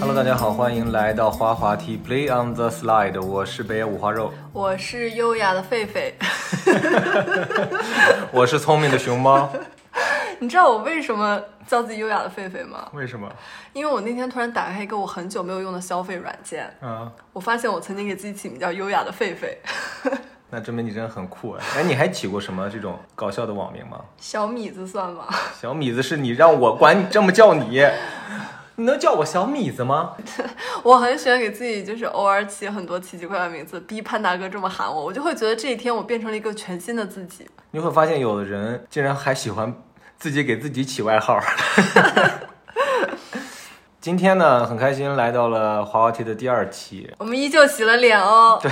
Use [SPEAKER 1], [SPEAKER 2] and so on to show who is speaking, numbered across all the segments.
[SPEAKER 1] Hello，大家好，欢迎来到滑滑梯 Play on the Slide，我是北野五花肉，
[SPEAKER 2] 我是优雅的狒狒。
[SPEAKER 1] 我是聪明的熊猫。
[SPEAKER 2] 你知道我为什么叫自己优雅的狒狒吗？
[SPEAKER 1] 为什么？
[SPEAKER 2] 因为我那天突然打开一个我很久没有用的消费软件，
[SPEAKER 1] 啊，
[SPEAKER 2] 我发现我曾经给自己起名叫优雅的狒狒。
[SPEAKER 1] 那证明你真的很酷哎！哎，你还起过什么这种搞笑的网名吗？
[SPEAKER 2] 小米子算吗？
[SPEAKER 1] 小米子是你让我管你这么叫你，你能叫我小米子吗？
[SPEAKER 2] 我很喜欢给自己就是偶尔起很多奇奇怪怪的名字，逼潘大哥这么喊我，我就会觉得这一天我变成了一个全新的自己。
[SPEAKER 1] 你会发现有的人竟然还喜欢自己给自己起外号。 今天呢，很开心来到了滑滑梯的第二期，
[SPEAKER 2] 我们依旧洗了脸哦。
[SPEAKER 1] 对，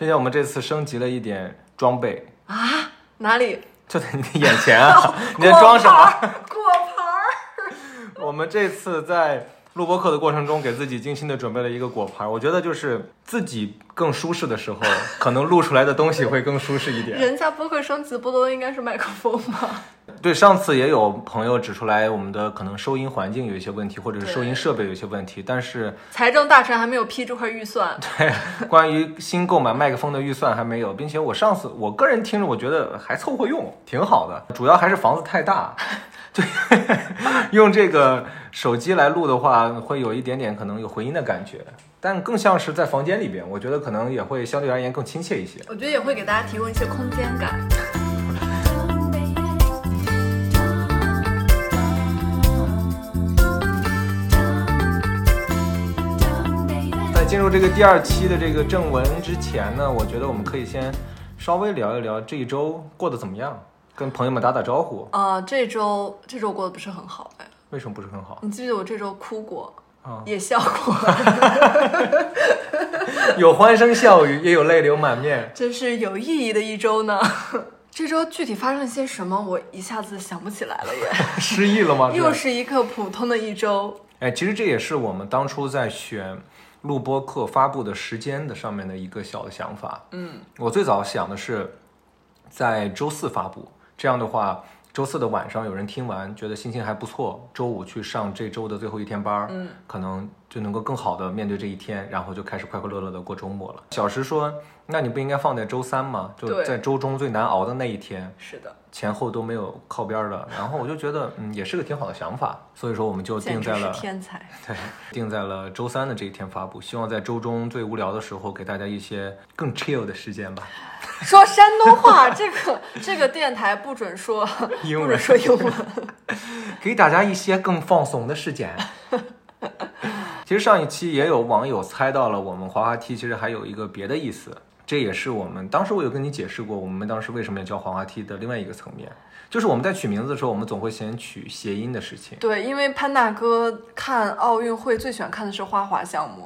[SPEAKER 1] 并且我们这次升级了一点装备，
[SPEAKER 2] 啊，哪里？
[SPEAKER 1] 就在你的眼前啊！你在装什么？
[SPEAKER 2] 果盘儿。
[SPEAKER 1] 我们这次在录播课的过程中，给自己精心的准备了一个果盘儿。我觉得就是自己更舒适的时候，可能录出来的东西会更舒适一点。
[SPEAKER 2] 人家播客升级不都应该是麦克风吗？
[SPEAKER 1] 对，上次也有朋友指出来，我们的可能收音环境有一些问题，或者是收音设备有一些问题。但是
[SPEAKER 2] 财政大臣还没有批这块预算。
[SPEAKER 1] 关于新购买麦克风的预算还没有，并且我上次我个人听着，我觉得还凑合用，挺好的。主要还是房子太大， 对，用这个手机来录的话，会有一点点可能有回音的感觉，但更像是在房间里边，我觉得可能也会相对而言更亲切一些。
[SPEAKER 2] 我觉得也会给大家提供一些空间感。
[SPEAKER 1] 在进入这个第二期的这个正文之前呢，我觉得我们可以先稍微聊一聊这一周过得怎么样，跟朋友们打打招呼。
[SPEAKER 2] 啊、这周这周过得不是很好哎，
[SPEAKER 1] 为什么不是很好
[SPEAKER 2] 你记不记得我这周哭过，
[SPEAKER 1] 啊？
[SPEAKER 2] 也笑过，
[SPEAKER 1] 有欢声笑语，也有泪流满面。
[SPEAKER 2] 真是有意义的一周呢。 这周具体发生了些什么，我一下子想不起来了耶。
[SPEAKER 1] 失忆了吗？是吧
[SPEAKER 2] 又是一个普通的一周，
[SPEAKER 1] 哎，其实这也是我们当初在选录播课发布的时间的上面的一个小的想法。
[SPEAKER 2] 嗯，
[SPEAKER 1] 我最早想的是在周四发布，这样的话，周四的晚上有人听完觉得心情还不错，周五去上这周的最后一天班儿，
[SPEAKER 2] 嗯，
[SPEAKER 1] 可能就能够更好的面对这一天，然后就开始快快乐乐的过周末了。小石说：“那你不应该放在周三吗？就
[SPEAKER 2] 对
[SPEAKER 1] 在周中最难熬的那一天。”
[SPEAKER 2] 是的，
[SPEAKER 1] 前后都没有靠边儿的，然后我就觉得，嗯，也是个挺好的想法，所以说我们 就
[SPEAKER 2] 简
[SPEAKER 1] 定
[SPEAKER 2] 直
[SPEAKER 1] 在
[SPEAKER 2] 是
[SPEAKER 1] 了
[SPEAKER 2] 天才。
[SPEAKER 1] 对， 定在了周三的这一天发布，希望在周中最无聊的时候给大家一些更 chill 的时间吧。
[SPEAKER 2] 说山东话， 这个这个电台不准说，
[SPEAKER 1] 英
[SPEAKER 2] 不
[SPEAKER 1] 文
[SPEAKER 2] 准说英文。
[SPEAKER 1] 给大家一些更放松的时间。 其实上一期也有网友猜到了，我们滑滑梯其实还有一个别的意思，这也是我们当时我有跟你解释过，我们当时为什么要叫滑滑梯的另外一个层面，就是我们在取名字的时候，我们总会先取谐音的事情。
[SPEAKER 2] 对，因为潘大哥看奥运会最喜欢看的是花滑项目，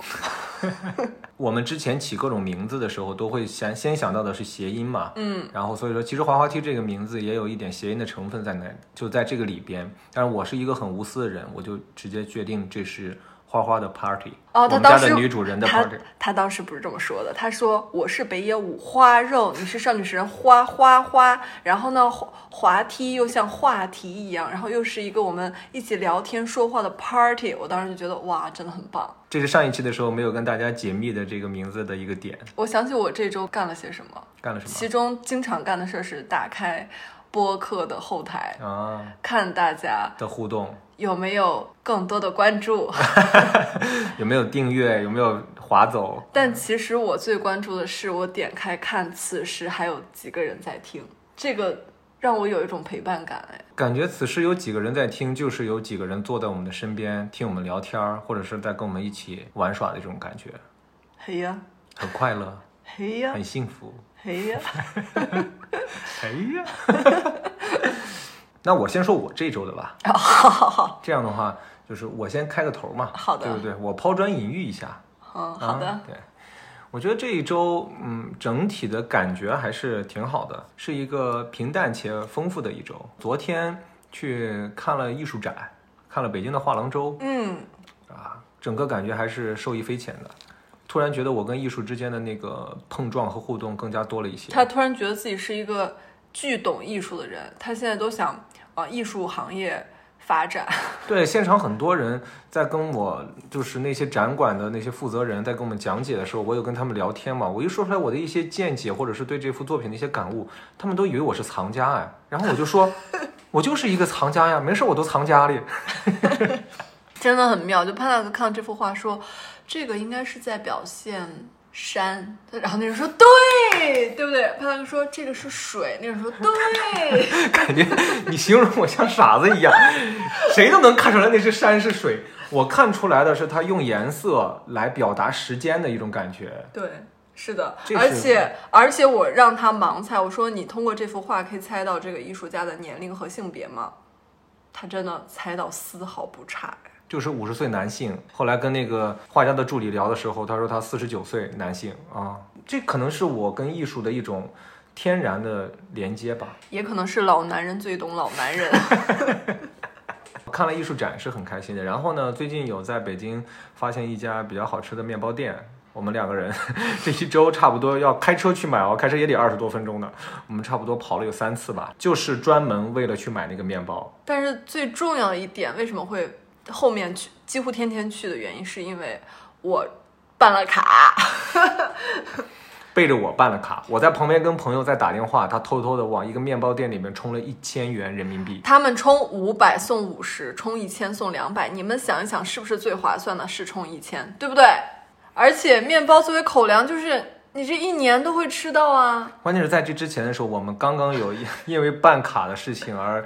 [SPEAKER 1] 我们之前起各种名字的时候，都会想先想到的是谐音嘛，
[SPEAKER 2] 嗯，
[SPEAKER 1] 然后所以说，其实滑滑梯这个名字也有一点谐音的成分在那，就在这个里边。但是我是一个很无私的人，我就直接决定这是花花的 party，
[SPEAKER 2] 哦，
[SPEAKER 1] 我
[SPEAKER 2] 他
[SPEAKER 1] 们
[SPEAKER 2] 当
[SPEAKER 1] 家
[SPEAKER 2] 时
[SPEAKER 1] 的女主人的
[SPEAKER 2] 他
[SPEAKER 1] party。
[SPEAKER 2] 他当时不是这么说的，他说我是北野五花肉，你是少女时人花花花，然后呢滑滑梯又像话题一样，然后又是一个我们一起聊天说话的 party，我当时就觉得哇，真的很棒。
[SPEAKER 1] 这是上一期的时候没有跟大家解密的这个名字的一个点，
[SPEAKER 2] 我想起我这周干了些什么，
[SPEAKER 1] 干了什
[SPEAKER 2] 其中经常干的事儿是打开播客的后台，
[SPEAKER 1] 么啊？
[SPEAKER 2] 看大家
[SPEAKER 1] 的互动
[SPEAKER 2] 有没有更多的关注。
[SPEAKER 1] 有没有订阅？有没有划走？
[SPEAKER 2] 但其实我最关注的是，我点开看此时还有几个人在听，这个让我有一种陪伴感。哎，
[SPEAKER 1] 感觉此时有几个人在听，就是有几个人坐在我们的身边听我们聊天儿，或者是在跟我们一起玩耍的这种感觉，
[SPEAKER 2] 嘿呀，
[SPEAKER 1] 很快乐，
[SPEAKER 2] 嘿呀
[SPEAKER 1] 很，幸福。
[SPEAKER 2] 嘿呀，
[SPEAKER 1] 哎呀， 那我先说我这周的吧。
[SPEAKER 2] 哦
[SPEAKER 1] 这样的话，就是我先开个头嘛。
[SPEAKER 2] 好的
[SPEAKER 1] 对不对？我抛砖引玉一下。
[SPEAKER 2] 嗯，好的
[SPEAKER 1] 啊，。对，我觉得这一周，嗯，整体的感觉还是挺好的，是一个平淡且丰富的一周。昨天去看了艺术展，看了北京的画廊周，
[SPEAKER 2] 嗯，
[SPEAKER 1] 啊，整个感觉还是受益匪浅的。突然觉得我跟艺术之间的那个碰撞和互动更加多了一些。
[SPEAKER 2] 他突然觉得自己是一个巨懂艺术的人，他现在都想往艺术行业发展。
[SPEAKER 1] 对，现场很多人在跟我，就是那些展馆的那些负责人在跟我们讲解的时候，我有跟他们聊天嘛，我一说出来我的一些见解，或者是对这幅作品的一些感悟，他们都以为我是藏家哎，然后我就说，我就是一个藏家呀，没事我都藏家里。
[SPEAKER 2] 真的很妙。就潘大哥看到这幅画说，这个应该是在表现山，然后那人说对，对不对？潘大哥说这个是水，那人说对，
[SPEAKER 1] 感觉你形容我像傻子一样，谁都能看出来那是山是水。我看出来的是他用颜色来表达时间的一种感觉。
[SPEAKER 2] 对。是的，
[SPEAKER 1] 这是
[SPEAKER 2] 而且而且我让他盲猜，我说你通过这幅画可以猜到这个艺术家的年龄和性别吗？他真的猜到丝毫不差，
[SPEAKER 1] 就是五十岁男性，后来跟那个画家的助理聊的时候，他说他四十九岁男性啊，这可能是我跟艺术的一种天然的连接吧。
[SPEAKER 2] 也可能是老男人最懂老 男人。
[SPEAKER 1] 看了艺术展是很开心的。然后呢，最近有在北京发现一家比较好吃的面包店，我们两个人 这一周差不多要开车去买哦，开车也得二十多分钟呢。我们差不多跑了有三次吧，就是专门为了去买那个面包。
[SPEAKER 2] 但是最重要一点，为什么会后面去几乎天天去的原因，是因为我办了卡，
[SPEAKER 1] 背着我办了卡，我在旁边跟朋友在打电话，他偷偷的往一个面包店里面充了一千元人民币。
[SPEAKER 2] 他们充五百送五十，充一千送两百，你们想一想是不是最划算的？是充一千，对不对？而且面包作为口粮，就是你这一年都会吃到 啊。
[SPEAKER 1] 关键是在这之前的时候，我们刚刚有因 因为办卡的事情而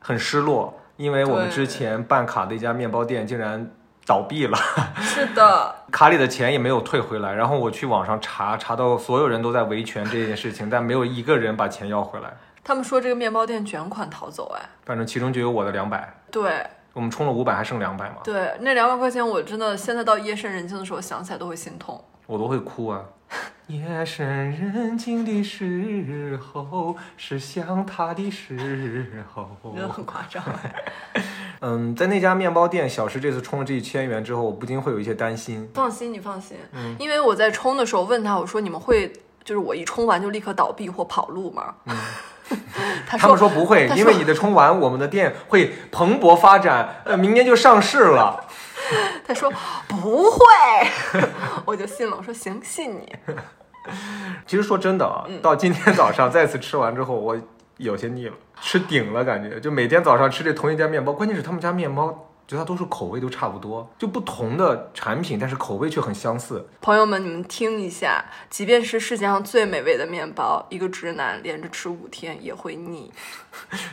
[SPEAKER 1] 很失落，因为我们
[SPEAKER 2] 对
[SPEAKER 1] 之前办卡的一家面包店竟然倒闭了。
[SPEAKER 2] 是的，
[SPEAKER 1] 卡里的钱也没有退回来，然后我去网上查，查到所有人都在维权这件事情，但没有一个人把钱要回来。
[SPEAKER 2] 他们说这个面包店卷款逃走，哎，
[SPEAKER 1] 反正其中就有我的两百，
[SPEAKER 2] 对
[SPEAKER 1] 我们充了五百，还剩两百嘛，
[SPEAKER 2] 对，那两百块钱我真的现在到夜深人静的时候想起来都会心痛。
[SPEAKER 1] 我都会哭啊。 夜深人静的时候，是想他的时候。
[SPEAKER 2] 真的很夸张，
[SPEAKER 1] 嗯，在那家面包店，小石这次充了这一千元之后，我不禁会有一些担心。
[SPEAKER 2] 放心，你放心，
[SPEAKER 1] 嗯
[SPEAKER 2] 因为我在冲的时候问他，我说你们会就是我一冲完就立刻倒闭或跑路吗？ 他
[SPEAKER 1] 他
[SPEAKER 2] 说
[SPEAKER 1] 们说不会
[SPEAKER 2] 他，说
[SPEAKER 1] 因为你的充完，我们的店会蓬勃发展，呃，明年就上市了。
[SPEAKER 2] 他说不会， 我就信了，我说行，信你。
[SPEAKER 1] 其实说真的啊，
[SPEAKER 2] 嗯
[SPEAKER 1] 到今天早上再次吃完之后，我有些腻了，吃顶了，感觉就每天早上吃这同一家面包，关键是他们家面包。绝大多数口味都差不多，就不同的产品，但是口味却很相似。
[SPEAKER 2] 朋友们，你们听一下，即便是世界上最美味的面包，一个直男连着吃五天也会腻。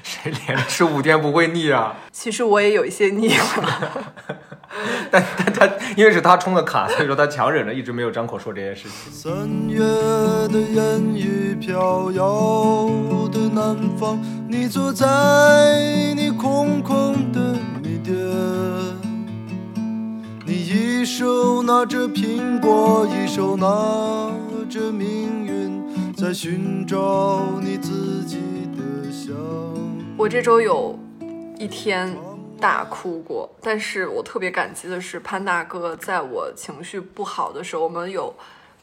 [SPEAKER 1] 谁连着吃五天不会腻啊？
[SPEAKER 2] 其实我也有一些腻了，
[SPEAKER 1] 但但他因为是他充的卡，所以说他强忍着一直没有张口说这件事情。
[SPEAKER 3] 三月的烟雨飘摇的南方，你坐在你空空的米店，你一手拿着苹果，一手拿着命运，在寻找你自己的香。
[SPEAKER 2] 我这周有一天大哭过，但是我特别感激的是潘大哥，在我情绪不好的时候，我们有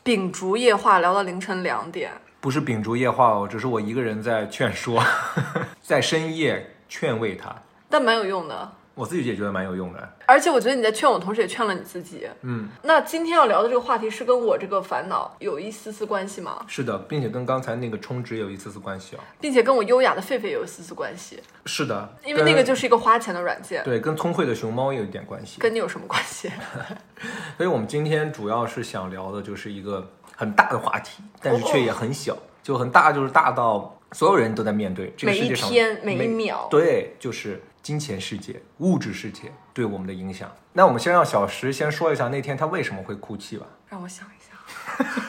[SPEAKER 2] 秉烛夜话聊到凌晨两点。
[SPEAKER 1] 不是秉烛夜话哦，只是我一个人在劝说， 在深夜劝慰他，
[SPEAKER 2] 但蛮有用的。
[SPEAKER 1] 我自己也觉得蛮有用的。
[SPEAKER 2] 而且我觉得你在劝我，同时也劝了你自己。
[SPEAKER 1] 嗯，
[SPEAKER 2] 那今天要聊的这个话题是跟我这个烦恼有一丝丝关系吗？
[SPEAKER 1] 是的，并且跟刚才那个充值有一丝丝关系啊。
[SPEAKER 2] 并且跟我优雅的狒狒有一丝丝关系，
[SPEAKER 1] 是的，
[SPEAKER 2] 因为那个
[SPEAKER 1] 跟
[SPEAKER 2] 就是一个花钱的软件，
[SPEAKER 1] 对，跟聪慧的熊猫有一点关系。
[SPEAKER 2] 跟你有什么关系？
[SPEAKER 1] 所以我们今天主要是想聊的就是一个很大的话题，但是
[SPEAKER 2] 哦
[SPEAKER 1] 却也很小，就很大，就是大到所有人都在面对这个
[SPEAKER 2] 每
[SPEAKER 1] 世
[SPEAKER 2] 一
[SPEAKER 1] 界上
[SPEAKER 2] 天每一秒
[SPEAKER 1] 对，就是金钱世界、物质世界对我们的影响。那我们先让小石先说一下那天他为什么会哭泣吧。
[SPEAKER 2] 让我想一下。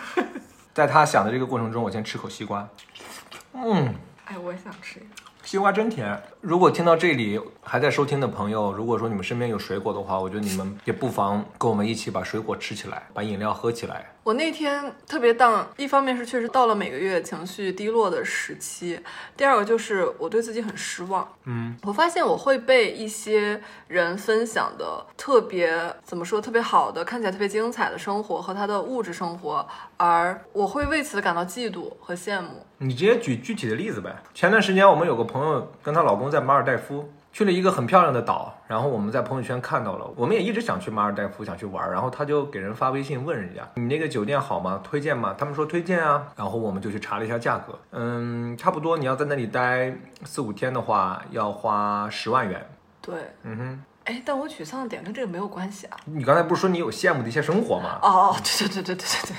[SPEAKER 1] 在他想的这个过程中，我先吃口西瓜。嗯，
[SPEAKER 2] 哎，我也想吃。
[SPEAKER 1] 西瓜真甜。如果听到这里还在收听的朋友，如果说你们身边有水果的话，我觉得你们也不妨跟我们一起把水果吃起来，把饮料喝起来。
[SPEAKER 2] 我那天特别荡，一方面是确实到了每个月情绪低落的时期，第二个就是我对自己很失望。
[SPEAKER 1] 嗯，
[SPEAKER 2] 我发现我会被一些人分享的特别怎么说特别好的，看起来特别精彩的生活和他的物质生活，而我会为此感到嫉妒和羡慕。
[SPEAKER 1] 你直接举具体的例子呗。前段时间我们有个朋友跟她老公在马尔代夫，去了一个很漂亮的岛，然后我们在朋友圈看到了，我们也一直想去马尔代夫，想去玩儿，然后他就给人发微信问人家，你那个酒店好吗？推荐吗？他们说推荐啊，然后我们就去查了一下价格，嗯，差不多你要在那里待四五天的话，要花十万元。
[SPEAKER 2] 对，
[SPEAKER 1] 嗯哼，
[SPEAKER 2] 哎，但我沮丧的点跟这个没有关系啊。
[SPEAKER 1] 你刚才不是说你有羡慕的一些生活吗？
[SPEAKER 2] 哦，哦，对对对对对对对。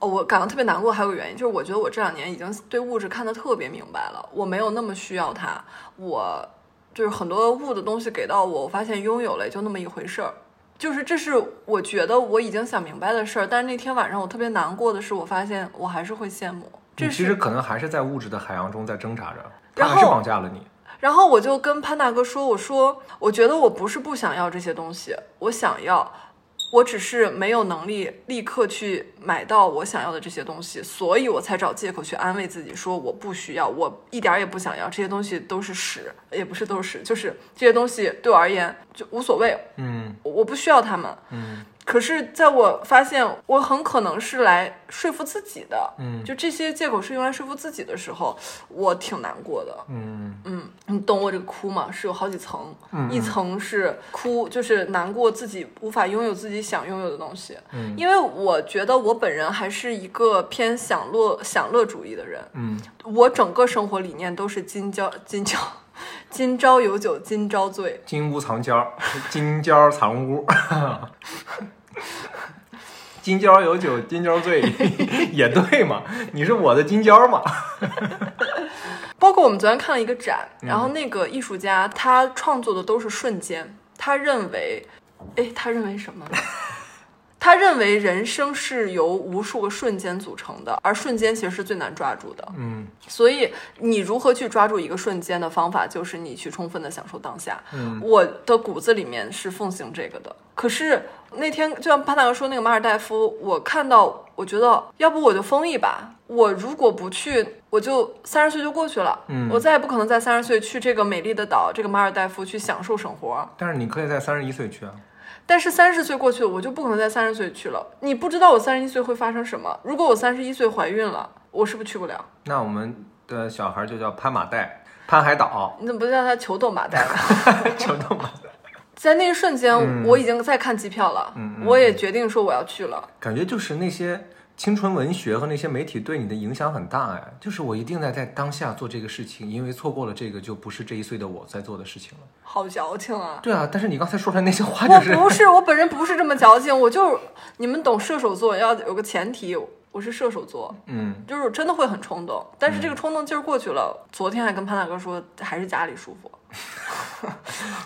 [SPEAKER 2] 哦，我感到特别难过，还有个原因就是，我觉得我这两年已经对物质看得特别明白了，我没有那么需要它，我就是很多物的东西给到我，我发现拥有了也就那么一回事儿，就是这是我觉得我已经想明白的事儿，但是那天晚上我特别难过的是，我发现我还是会羡慕，
[SPEAKER 1] 你
[SPEAKER 2] 这
[SPEAKER 1] 其
[SPEAKER 2] 是
[SPEAKER 1] 实可能还是在物质的海洋中在挣扎着，他
[SPEAKER 2] 然后
[SPEAKER 1] 还是绑架了你。
[SPEAKER 2] 然后我就跟潘大哥说：“我说，我觉得我不是不想要这些东西，我想要，我只是没有能力立刻去买到我想要的这些东西，所以我才找借口去安慰自己，说我不需要，我一点儿也不想要，这些东西都是屎，也不是都是屎，就是这些东西对我而言就无所谓，
[SPEAKER 1] 嗯
[SPEAKER 2] 我我不需要它们。
[SPEAKER 1] 嗯
[SPEAKER 2] 可是，在我发现我很可能是来说服自己的，
[SPEAKER 1] 嗯
[SPEAKER 2] 就这些借口是用来说服自己的时候，我挺难过的。”
[SPEAKER 1] 嗯
[SPEAKER 2] 嗯，你懂我这个哭吗？是有好几层，
[SPEAKER 1] 嗯
[SPEAKER 2] 一层是哭，就是难过自己无法拥有自己想拥有的东西。
[SPEAKER 1] 嗯
[SPEAKER 2] 因为我觉得我本人还是一个偏享乐享乐主义的人，
[SPEAKER 1] 嗯
[SPEAKER 2] 我整个生活理念都是今朝今朝 今朝有酒今朝醉。
[SPEAKER 1] 金屋藏娇，金娇藏屋， 金娇有酒今朝醉， 也对嘛？你是我的金娇嘛？
[SPEAKER 2] 包括我们昨天看了一个展，然后那个艺术家他创作的都是瞬间，他认为，哎，他认为什么？ 他认为人生是由无数个瞬间组成的，而瞬间其实是最难抓住的。
[SPEAKER 1] 嗯
[SPEAKER 2] 所以你如何去抓住一个瞬间的方法，就是你去充分的享受当下。
[SPEAKER 1] 嗯
[SPEAKER 2] 我的骨子里面是奉行这个的。可是那天就像潘大哥说那个马尔代夫，我看到，我觉得要不我就封一把。我如果不去，我就三十岁就过去了。
[SPEAKER 1] 嗯
[SPEAKER 2] 我再也不可能在三十岁去这个美丽的岛，这个马尔代夫去享受生活。
[SPEAKER 1] 但是你可以在三十一岁去啊。
[SPEAKER 2] 但是三十岁过去，我就不可能在三十岁去了。你不知道我三十一岁会发生什么。如果我三十一岁怀孕了，我是不是去不了？
[SPEAKER 1] 那我们的小孩就叫潘马代，潘海岛，
[SPEAKER 2] 你怎么不叫他球斗马代呢？
[SPEAKER 1] 就那么
[SPEAKER 2] 在那一瞬间，
[SPEAKER 1] 嗯
[SPEAKER 2] 我已经在看机票了，我也决定说我要去了。
[SPEAKER 1] 感觉就是那些青春文学和那些媒体对你的影响很大哎。就是我一定得在当下做这个事情，因为错过了这个就不是这一岁的我在做的事情了。
[SPEAKER 2] 好矫情啊！
[SPEAKER 1] 对啊，但是你刚才说出来那些话
[SPEAKER 2] 我
[SPEAKER 1] 就是
[SPEAKER 2] 不是，我本人不是这么矫情，我就是你们懂射手座要有个前提，我是射手座，
[SPEAKER 1] 嗯。
[SPEAKER 2] 就是真的会很冲动，但是这个冲动劲儿过去了。昨天还跟潘大哥说，还是家里舒服。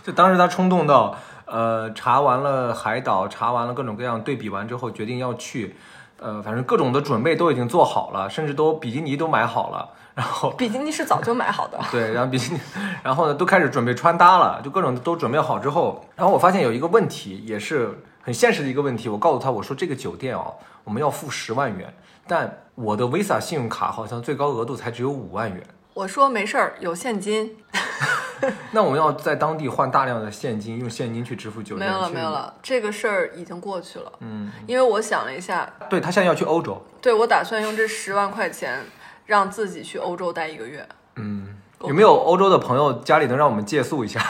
[SPEAKER 1] 就当时他冲动到，呃，查完了海岛，查完了各种各样，对比完之后决定要去，呃，反正各种的准备都已经做好了，甚至都比基尼都买好了，然后
[SPEAKER 2] 比基尼是早就买好 的，
[SPEAKER 1] 对，然后比基尼，然后呢都开始准备穿搭了，就各种都准备好之后，然后我发现有一个问题，也是很现实的一个问题，我告诉他我说这个酒店哦，我们要付十万元，但我的 Visa 信用卡好像最高额度才只有五万元。
[SPEAKER 2] 我说没事儿，有现金，
[SPEAKER 1] 那我们要在当地换大量的现金，用现金去支付酒
[SPEAKER 2] 没
[SPEAKER 1] 店。
[SPEAKER 2] 有了
[SPEAKER 1] 其实
[SPEAKER 2] 没有。了，这个事儿已经过去了。
[SPEAKER 1] 嗯，
[SPEAKER 2] 因为我想了一下，
[SPEAKER 1] 对他现在要去欧洲，
[SPEAKER 2] 对我打算用这十万块钱让自己去欧洲待一个月。
[SPEAKER 1] 嗯，有没有欧洲的朋友家里能让我们借宿一下？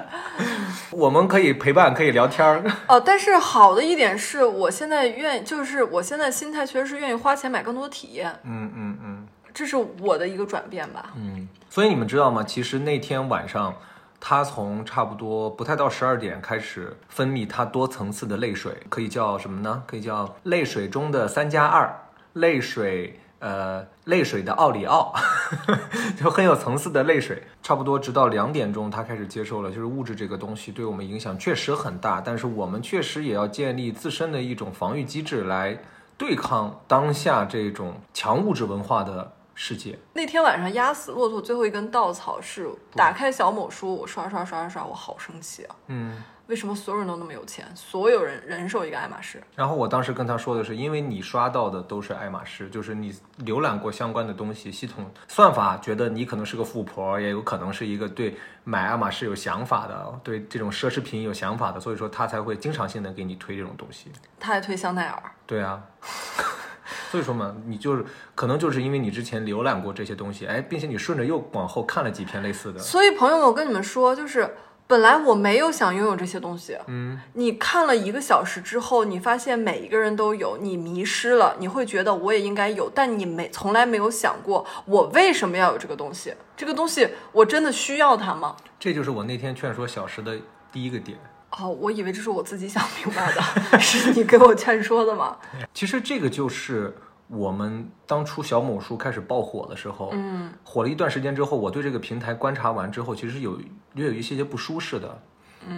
[SPEAKER 1] 我们可以陪伴，可以聊天儿。
[SPEAKER 2] 哦，但是好的一点是我现在愿，就是我现在心态确实是愿意花钱买更多体验，
[SPEAKER 1] 嗯嗯嗯
[SPEAKER 2] 这是我的一个转变吧。
[SPEAKER 1] 嗯。所以你们知道吗？其实那天晚上，他从差不多不太到十二点开始分泌他多层次的泪水，可以叫什么呢？可以叫泪水中的三加二，泪水。呃，泪水的奥里奥， 就很有层次的泪水。差不多直到两点钟，他开始接受了，就是物质这个东西对我们影响确实很大，但是我们确实也要建立自身的一种防御机制来对抗当下这种强物质文化的世界。
[SPEAKER 2] 那天晚上压死骆驼最后一根稻草是打开小某书，我刷刷刷刷刷，我好生气啊！
[SPEAKER 1] 嗯，
[SPEAKER 2] 为什么所有人都那么有钱？所有人人手一个爱马仕，
[SPEAKER 1] 然后我当时跟他说的是，因为你刷到的都是爱马仕，就是你浏览过相关的东西，系统算法觉得你可能是个富婆，也有可能是一个对买爱马仕有想法的，对这种奢侈品有想法的，所以说他才会经常性的给你推这种东西。
[SPEAKER 2] 他还推香奈儿，
[SPEAKER 1] 对啊，所以说嘛，你就是可能就是因为你之前浏览过这些东西，哎，并且你顺着又往后看了几篇类似的，
[SPEAKER 2] 所以朋友们，我跟你们说，就是本来我没有想拥有这些东西，
[SPEAKER 1] 嗯，
[SPEAKER 2] 你看了一个小时之后，你发现每一个人都有，你迷失了，你会觉得我也应该有，但你没从来没有想过我为什么要有这个东西，这个东西我真的需要它吗？
[SPEAKER 1] 这就是我那天劝说小石的第一个点。
[SPEAKER 2] 哦，我以为这是我自己想明白的，是你给我劝说的嘛？
[SPEAKER 1] 其实这个就是我们当初小某书开始爆火的时候，
[SPEAKER 2] 嗯，
[SPEAKER 1] 火了一段时间之后，我对这个平台观察完之后，其实有略有一些些不舒适的。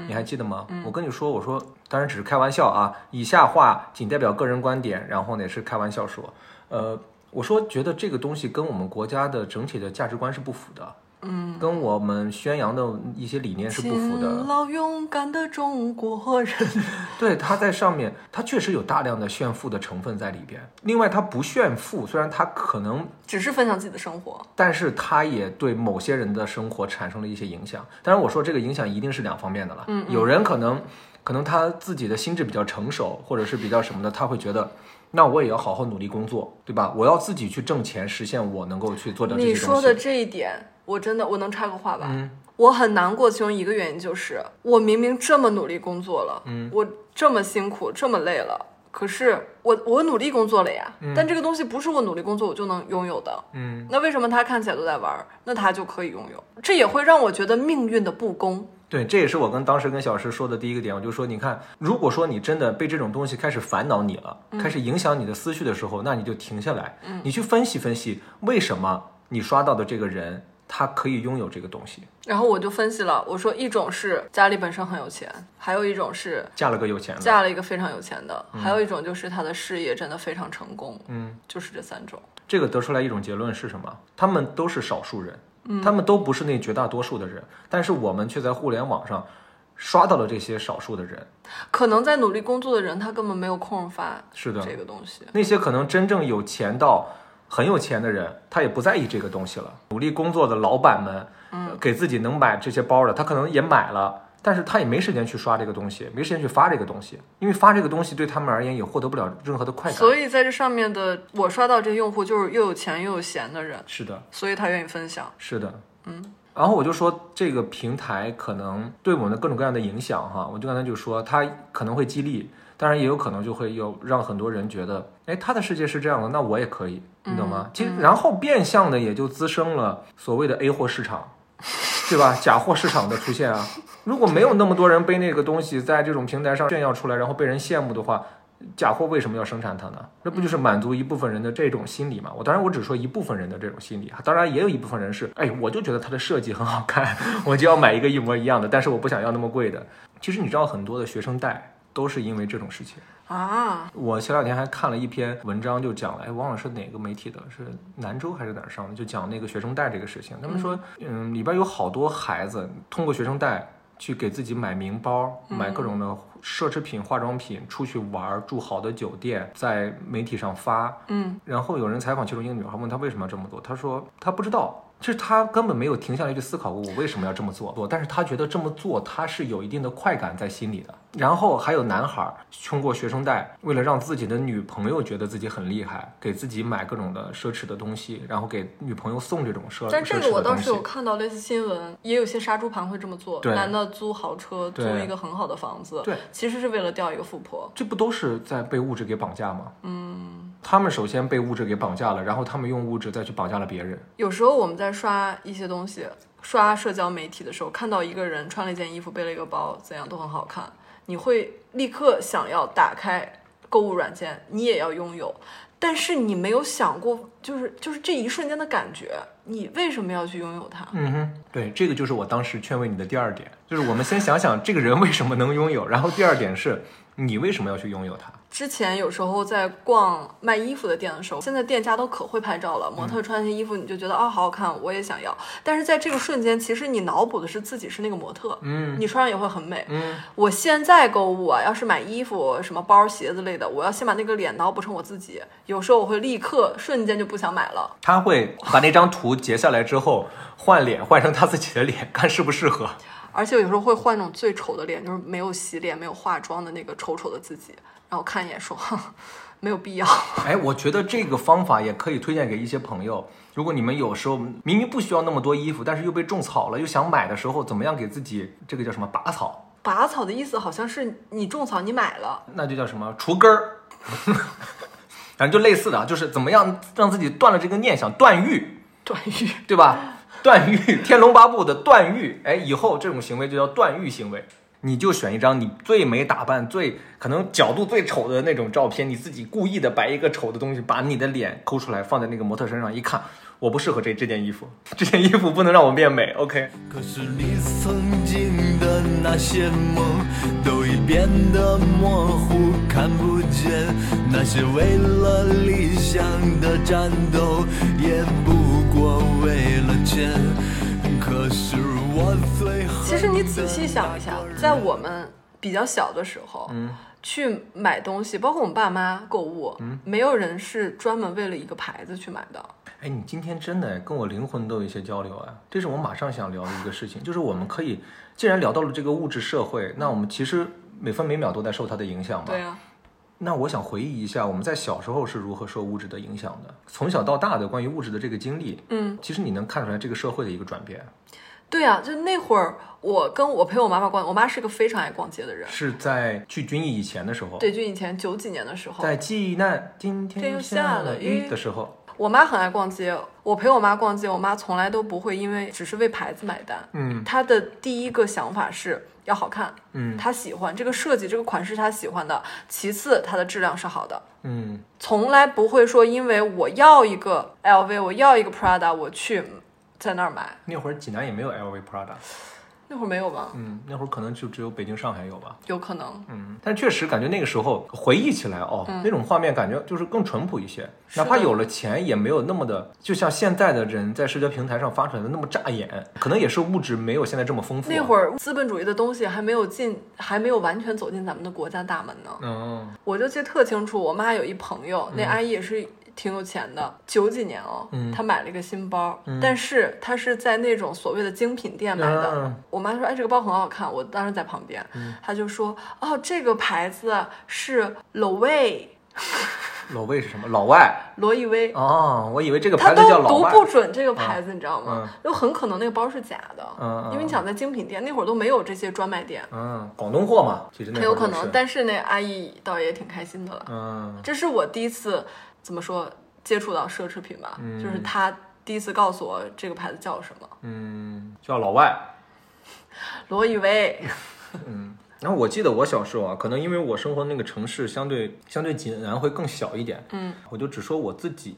[SPEAKER 1] 你还记得吗？我跟你说，我说，当然只是开玩笑啊，以下话仅代表个人观点，然后呢也是开玩笑说，呃，我说觉得这个东西跟我们国家的整体的价值观是不符的，嗯，跟我们宣扬的一些理念是不符的。
[SPEAKER 2] 勤劳勇敢的中国人，
[SPEAKER 1] 对，它在上面，它确实有大量的炫富的成分在里边。另外，它不炫富，虽然它可能，
[SPEAKER 2] 只是分享自己的生活。
[SPEAKER 1] 但是它也对某些人的生活产生了一些影响。当然，我说这个影响一定是两方面的了。嗯有人可能，可能他自己的心智比较成熟，或者是比较什么的，他会觉得。那我也要好好努力工作，对吧？我要自己去挣钱，实现我能够去做到这些
[SPEAKER 2] 你
[SPEAKER 1] 东西。
[SPEAKER 2] 说的这一点，我真的我能插个话吧？
[SPEAKER 1] 嗯
[SPEAKER 2] 我很难过，其中一个原因就是我明明这么努力工作了，嗯，我这么辛苦，这么累了，可是我我努力工作了呀，但这个东西不是我努力工作我就能拥有的，
[SPEAKER 1] 嗯，
[SPEAKER 2] 那为什么他看起来都在玩儿，那他就可以拥有？这也会让我觉得命运的不公。
[SPEAKER 1] 对，这也是我跟当时跟小石说的第一个点，我就说，你看，如果说你真的被这种东西开始烦恼你了，
[SPEAKER 2] 嗯
[SPEAKER 1] 开始影响你的思绪的时候，那你就停下来，你去分析分析，为什么你刷到的这个人他可以拥有这个东西，
[SPEAKER 2] 然后我就分析了，我说一种是家里本身很有钱，还有一种是
[SPEAKER 1] 嫁了个有钱人，
[SPEAKER 2] 嫁了一个非常有钱的，
[SPEAKER 1] 嗯
[SPEAKER 2] 还有一种就是他的事业真的非常成功，嗯，就是这三种。
[SPEAKER 1] 这个得出来一种结论是什么？他们都是少数人，他们都不是那绝大多数的人，但是我们却在互联网上刷到了这些少数的人，
[SPEAKER 2] 可能在努力工作的人，他根本没有空发
[SPEAKER 1] 是的，
[SPEAKER 2] 这个东西。
[SPEAKER 1] 那些可能真正有钱到很有钱的人，他也不在意这个东西了。努力工作的老板们，嗯，给自己能买这些包的，他可能也买了，但是他也没时间去刷这个东西，没时间去发这个东西，因为发这个东西对他们而言也获得不了任何的快感。
[SPEAKER 2] 所以在这上面的，我刷到这些用户就是又有钱又有闲的人，
[SPEAKER 1] 是的，
[SPEAKER 2] 所以他愿意分享。
[SPEAKER 1] 是的，嗯。然后我就说，这个平台可能对我们的各种各样的影响，哈，我就刚才就说，它可能会激励，当然也有可能就会有让很多人觉得，哎，他的世界是这样的，那我也可以，你懂吗？其实，然后变相的也就滋生了所谓的 A 货市场，对吧？ 假货市场的出现啊，如果没有那么多人被那个东西在这种平台上炫耀出来，然后被人羡慕的话，假货为什么要生产它呢？那不就是满足一部分人的这种心理吗？我当然我只说一部分人的这种心理，当然也有一部分人是，哎，我就觉得它的设计很好看， 我就要买一个一模一样的，但是我不想要那么贵的。其实你知道，很多的学生贷都是因为这种事情。
[SPEAKER 2] 啊，
[SPEAKER 1] 我前两天还看了一篇文章，就讲了，哎，忘了是哪个媒体的，是南州还是哪儿上的，就讲那个学生贷这个事情。他们说，嗯，里边有好多孩子通过学生贷去给自己买名包，买各种的奢侈品、化妆品，出去玩儿，住好的酒店，在媒体上发。
[SPEAKER 2] 嗯，
[SPEAKER 1] 然后有人采访其中一个女孩，问她为什么要这么做，她说她不知道。就是她根本没有停下来去思考过我为什么要这么做，但是她觉得这么做她是有一定的快感在心里的。然后还有男孩儿通过学生贷，为了让自己的女朋友觉得自己很厉害，给自己买各种的奢侈的东西，然后给女朋友送这种奢奢侈的东西。
[SPEAKER 2] 但这个我倒是有看到类似新闻，也有些杀猪盘会这么做，
[SPEAKER 1] 对
[SPEAKER 2] 男的租豪车，租
[SPEAKER 1] 对
[SPEAKER 2] 一个很好的房子，
[SPEAKER 1] 对，
[SPEAKER 2] 其实是为了钓一个富婆。
[SPEAKER 1] 这不都是在被物质给绑架吗？嗯，他们首先被物质给绑架了，然后他们用物质再去绑架了别人。
[SPEAKER 2] 有时候我们在刷一些东西，刷社交媒体的时候，看到一个人穿了一件衣服，背了一个包，怎样都很好看，你会立刻想要打开购物软件，你也要拥有。但是你没有想过，就是就是这一瞬间的感觉，你为什么要去拥有它？
[SPEAKER 1] 嗯哼，对，这个就是我当时劝慰你的第二点，就是我们先想想这个人为什么能拥有，然后第二点是你为什么要去拥有它。
[SPEAKER 2] 之前有时候在逛卖衣服的店的时候，现在店家都可会拍照了，
[SPEAKER 1] 嗯
[SPEAKER 2] 模特穿那些衣服，你就觉得啊、好好看，我也想要。但是在这个瞬间，其实你脑补的是自己是那个模特，
[SPEAKER 1] 嗯
[SPEAKER 2] 你穿上也会很美。
[SPEAKER 1] 嗯，
[SPEAKER 2] 我现在购物啊，要是买衣服、什么包、鞋子类的，我要先把那个脸脑补成我自己。有时候我会立刻瞬间就不想买了。
[SPEAKER 1] 他会把那张图截下来之后换脸，换成他自己的脸，看适不适合。
[SPEAKER 2] 而且有时候会换那种最丑的脸，就是没有洗脸、没有化妆的那个丑丑的自己，然后看一眼说，哼， 没有必要。
[SPEAKER 1] 哎，我觉得这个方法也可以推荐给一些朋友。如果你们有时候明明不需要那么多衣服，但是又被种草了，又想买的时候，怎么样给自己这个叫什么拔草？
[SPEAKER 2] 拔草的意思好像是你种草你买了，
[SPEAKER 1] 那就叫什么除根儿， 反正就类似的啊，就是怎么样让自己断了这个念想，断欲，
[SPEAKER 2] 短语。
[SPEAKER 1] 对吧？断欲， 《天龙八部》的断欲，哎，以后这种行为就叫断欲行为。你就选一张你最没打扮、最可能角度最丑的那种照片，你自己故意的摆一个丑的东西，把你的脸抠出来放在那个模特身上，一看，我不适合这这件衣服， 这件衣服不能让我变美。OK，
[SPEAKER 3] 可是你曾经的那些梦，都已变得模糊，看不见。那些为了理想的战斗，也不过为了钱。可是我最 恨
[SPEAKER 2] 其实你仔细想一下，在我们比较小的时候，嗯，去买东西，包括我们爸妈购物，嗯，没有人是专门为了一个牌子去买的。
[SPEAKER 1] 哎，你今天真的跟我灵魂都有一些交流啊！这是我马上想聊的一个事情，就是我们可以既然聊到了这个物质社会，那我们其实每分每秒都在受它的影响嘛。
[SPEAKER 2] 对啊，
[SPEAKER 1] 那我想回忆一下，我们在小时候是如何受物质的影响的，从小到大的关于物质的这个经历，
[SPEAKER 2] 嗯，
[SPEAKER 1] 其实你能看出来这个社会的一个转变，
[SPEAKER 2] 对啊，就那会儿我跟我陪我妈妈逛，我妈是个非常爱逛街的人。
[SPEAKER 1] 是在去军艺以前的时候，
[SPEAKER 2] 对，就以前九几年的时候，
[SPEAKER 1] 在济南今
[SPEAKER 2] 天
[SPEAKER 1] 天
[SPEAKER 2] 又
[SPEAKER 1] 下
[SPEAKER 2] 下
[SPEAKER 1] 了
[SPEAKER 2] 了
[SPEAKER 1] 雨
[SPEAKER 2] 雨
[SPEAKER 1] 的时候，
[SPEAKER 2] 我妈很爱逛街，我陪我妈逛街，我妈从来都不会因为只是为牌子买单。
[SPEAKER 1] 嗯
[SPEAKER 2] 她的第一个想法是要好看，
[SPEAKER 1] 嗯
[SPEAKER 2] 她喜欢这个设计，这个款式她喜欢的。其次，它的质量是好的，
[SPEAKER 1] 嗯，
[SPEAKER 2] 从来不会说因为我要一个 LV，我要一个 Prada，我去在那儿买。
[SPEAKER 1] 那会儿济南也没有 LV、Prada，
[SPEAKER 2] 那会儿没有吧？
[SPEAKER 1] 嗯，那会儿可能就只有北京、上海有吧。
[SPEAKER 2] 有可能。
[SPEAKER 1] 嗯，但确实感觉那个时候回忆起来哦，那种画面感觉就是更淳朴一些，
[SPEAKER 2] 嗯是
[SPEAKER 1] 哪
[SPEAKER 2] 的
[SPEAKER 1] 怕有了钱也没有那么的，就像现在的人在社交平台上发出来的那么扎眼，可能也是物质没有现在这么丰富、啊
[SPEAKER 2] 那会
[SPEAKER 1] 儿，
[SPEAKER 2] 儿资本主义的东西还没有进，还没有完全走进咱们的国家大门呢。
[SPEAKER 1] 嗯
[SPEAKER 2] 我就记得特清楚，我妈有一朋友，那阿姨也是挺有钱的，九几年哦，
[SPEAKER 1] 嗯
[SPEAKER 2] 她买了一个新包，
[SPEAKER 1] 嗯
[SPEAKER 2] 但是她是在那种所谓的精品店买的。
[SPEAKER 1] 嗯
[SPEAKER 2] 我妈说：“哎，这个包很好看。”我当时在旁边，她就说：“哦，这个牌子是 Loewe
[SPEAKER 1] 老魏是什么？老外
[SPEAKER 2] 罗意威。
[SPEAKER 1] 哦，我以为这个
[SPEAKER 2] 她
[SPEAKER 1] 牌子
[SPEAKER 2] 都
[SPEAKER 1] 叫老
[SPEAKER 2] 读
[SPEAKER 1] 外。
[SPEAKER 2] 不准这个牌子，你知道
[SPEAKER 1] 嗯
[SPEAKER 2] 吗？有很可能那个包是假的，
[SPEAKER 1] 嗯嗯
[SPEAKER 2] 因为你想在精品店那会儿都没有这些专卖店，
[SPEAKER 1] 嗯，广东货嘛，其实那会
[SPEAKER 2] 很
[SPEAKER 1] 儿
[SPEAKER 2] 有可
[SPEAKER 1] 就是
[SPEAKER 2] 能。但是那阿姨倒也挺开心的了。
[SPEAKER 1] 嗯
[SPEAKER 2] 这是我第一次怎么说接触到奢侈品吧，
[SPEAKER 1] 嗯
[SPEAKER 2] 就是他第一次告诉我这个牌子叫什么，
[SPEAKER 1] 嗯，叫老外。
[SPEAKER 2] 罗意 威，
[SPEAKER 1] 然后我记得我小时候啊，可能因为我生活的那个城市相对相对济南会更小一点，
[SPEAKER 2] 嗯，
[SPEAKER 1] 我就只说我自己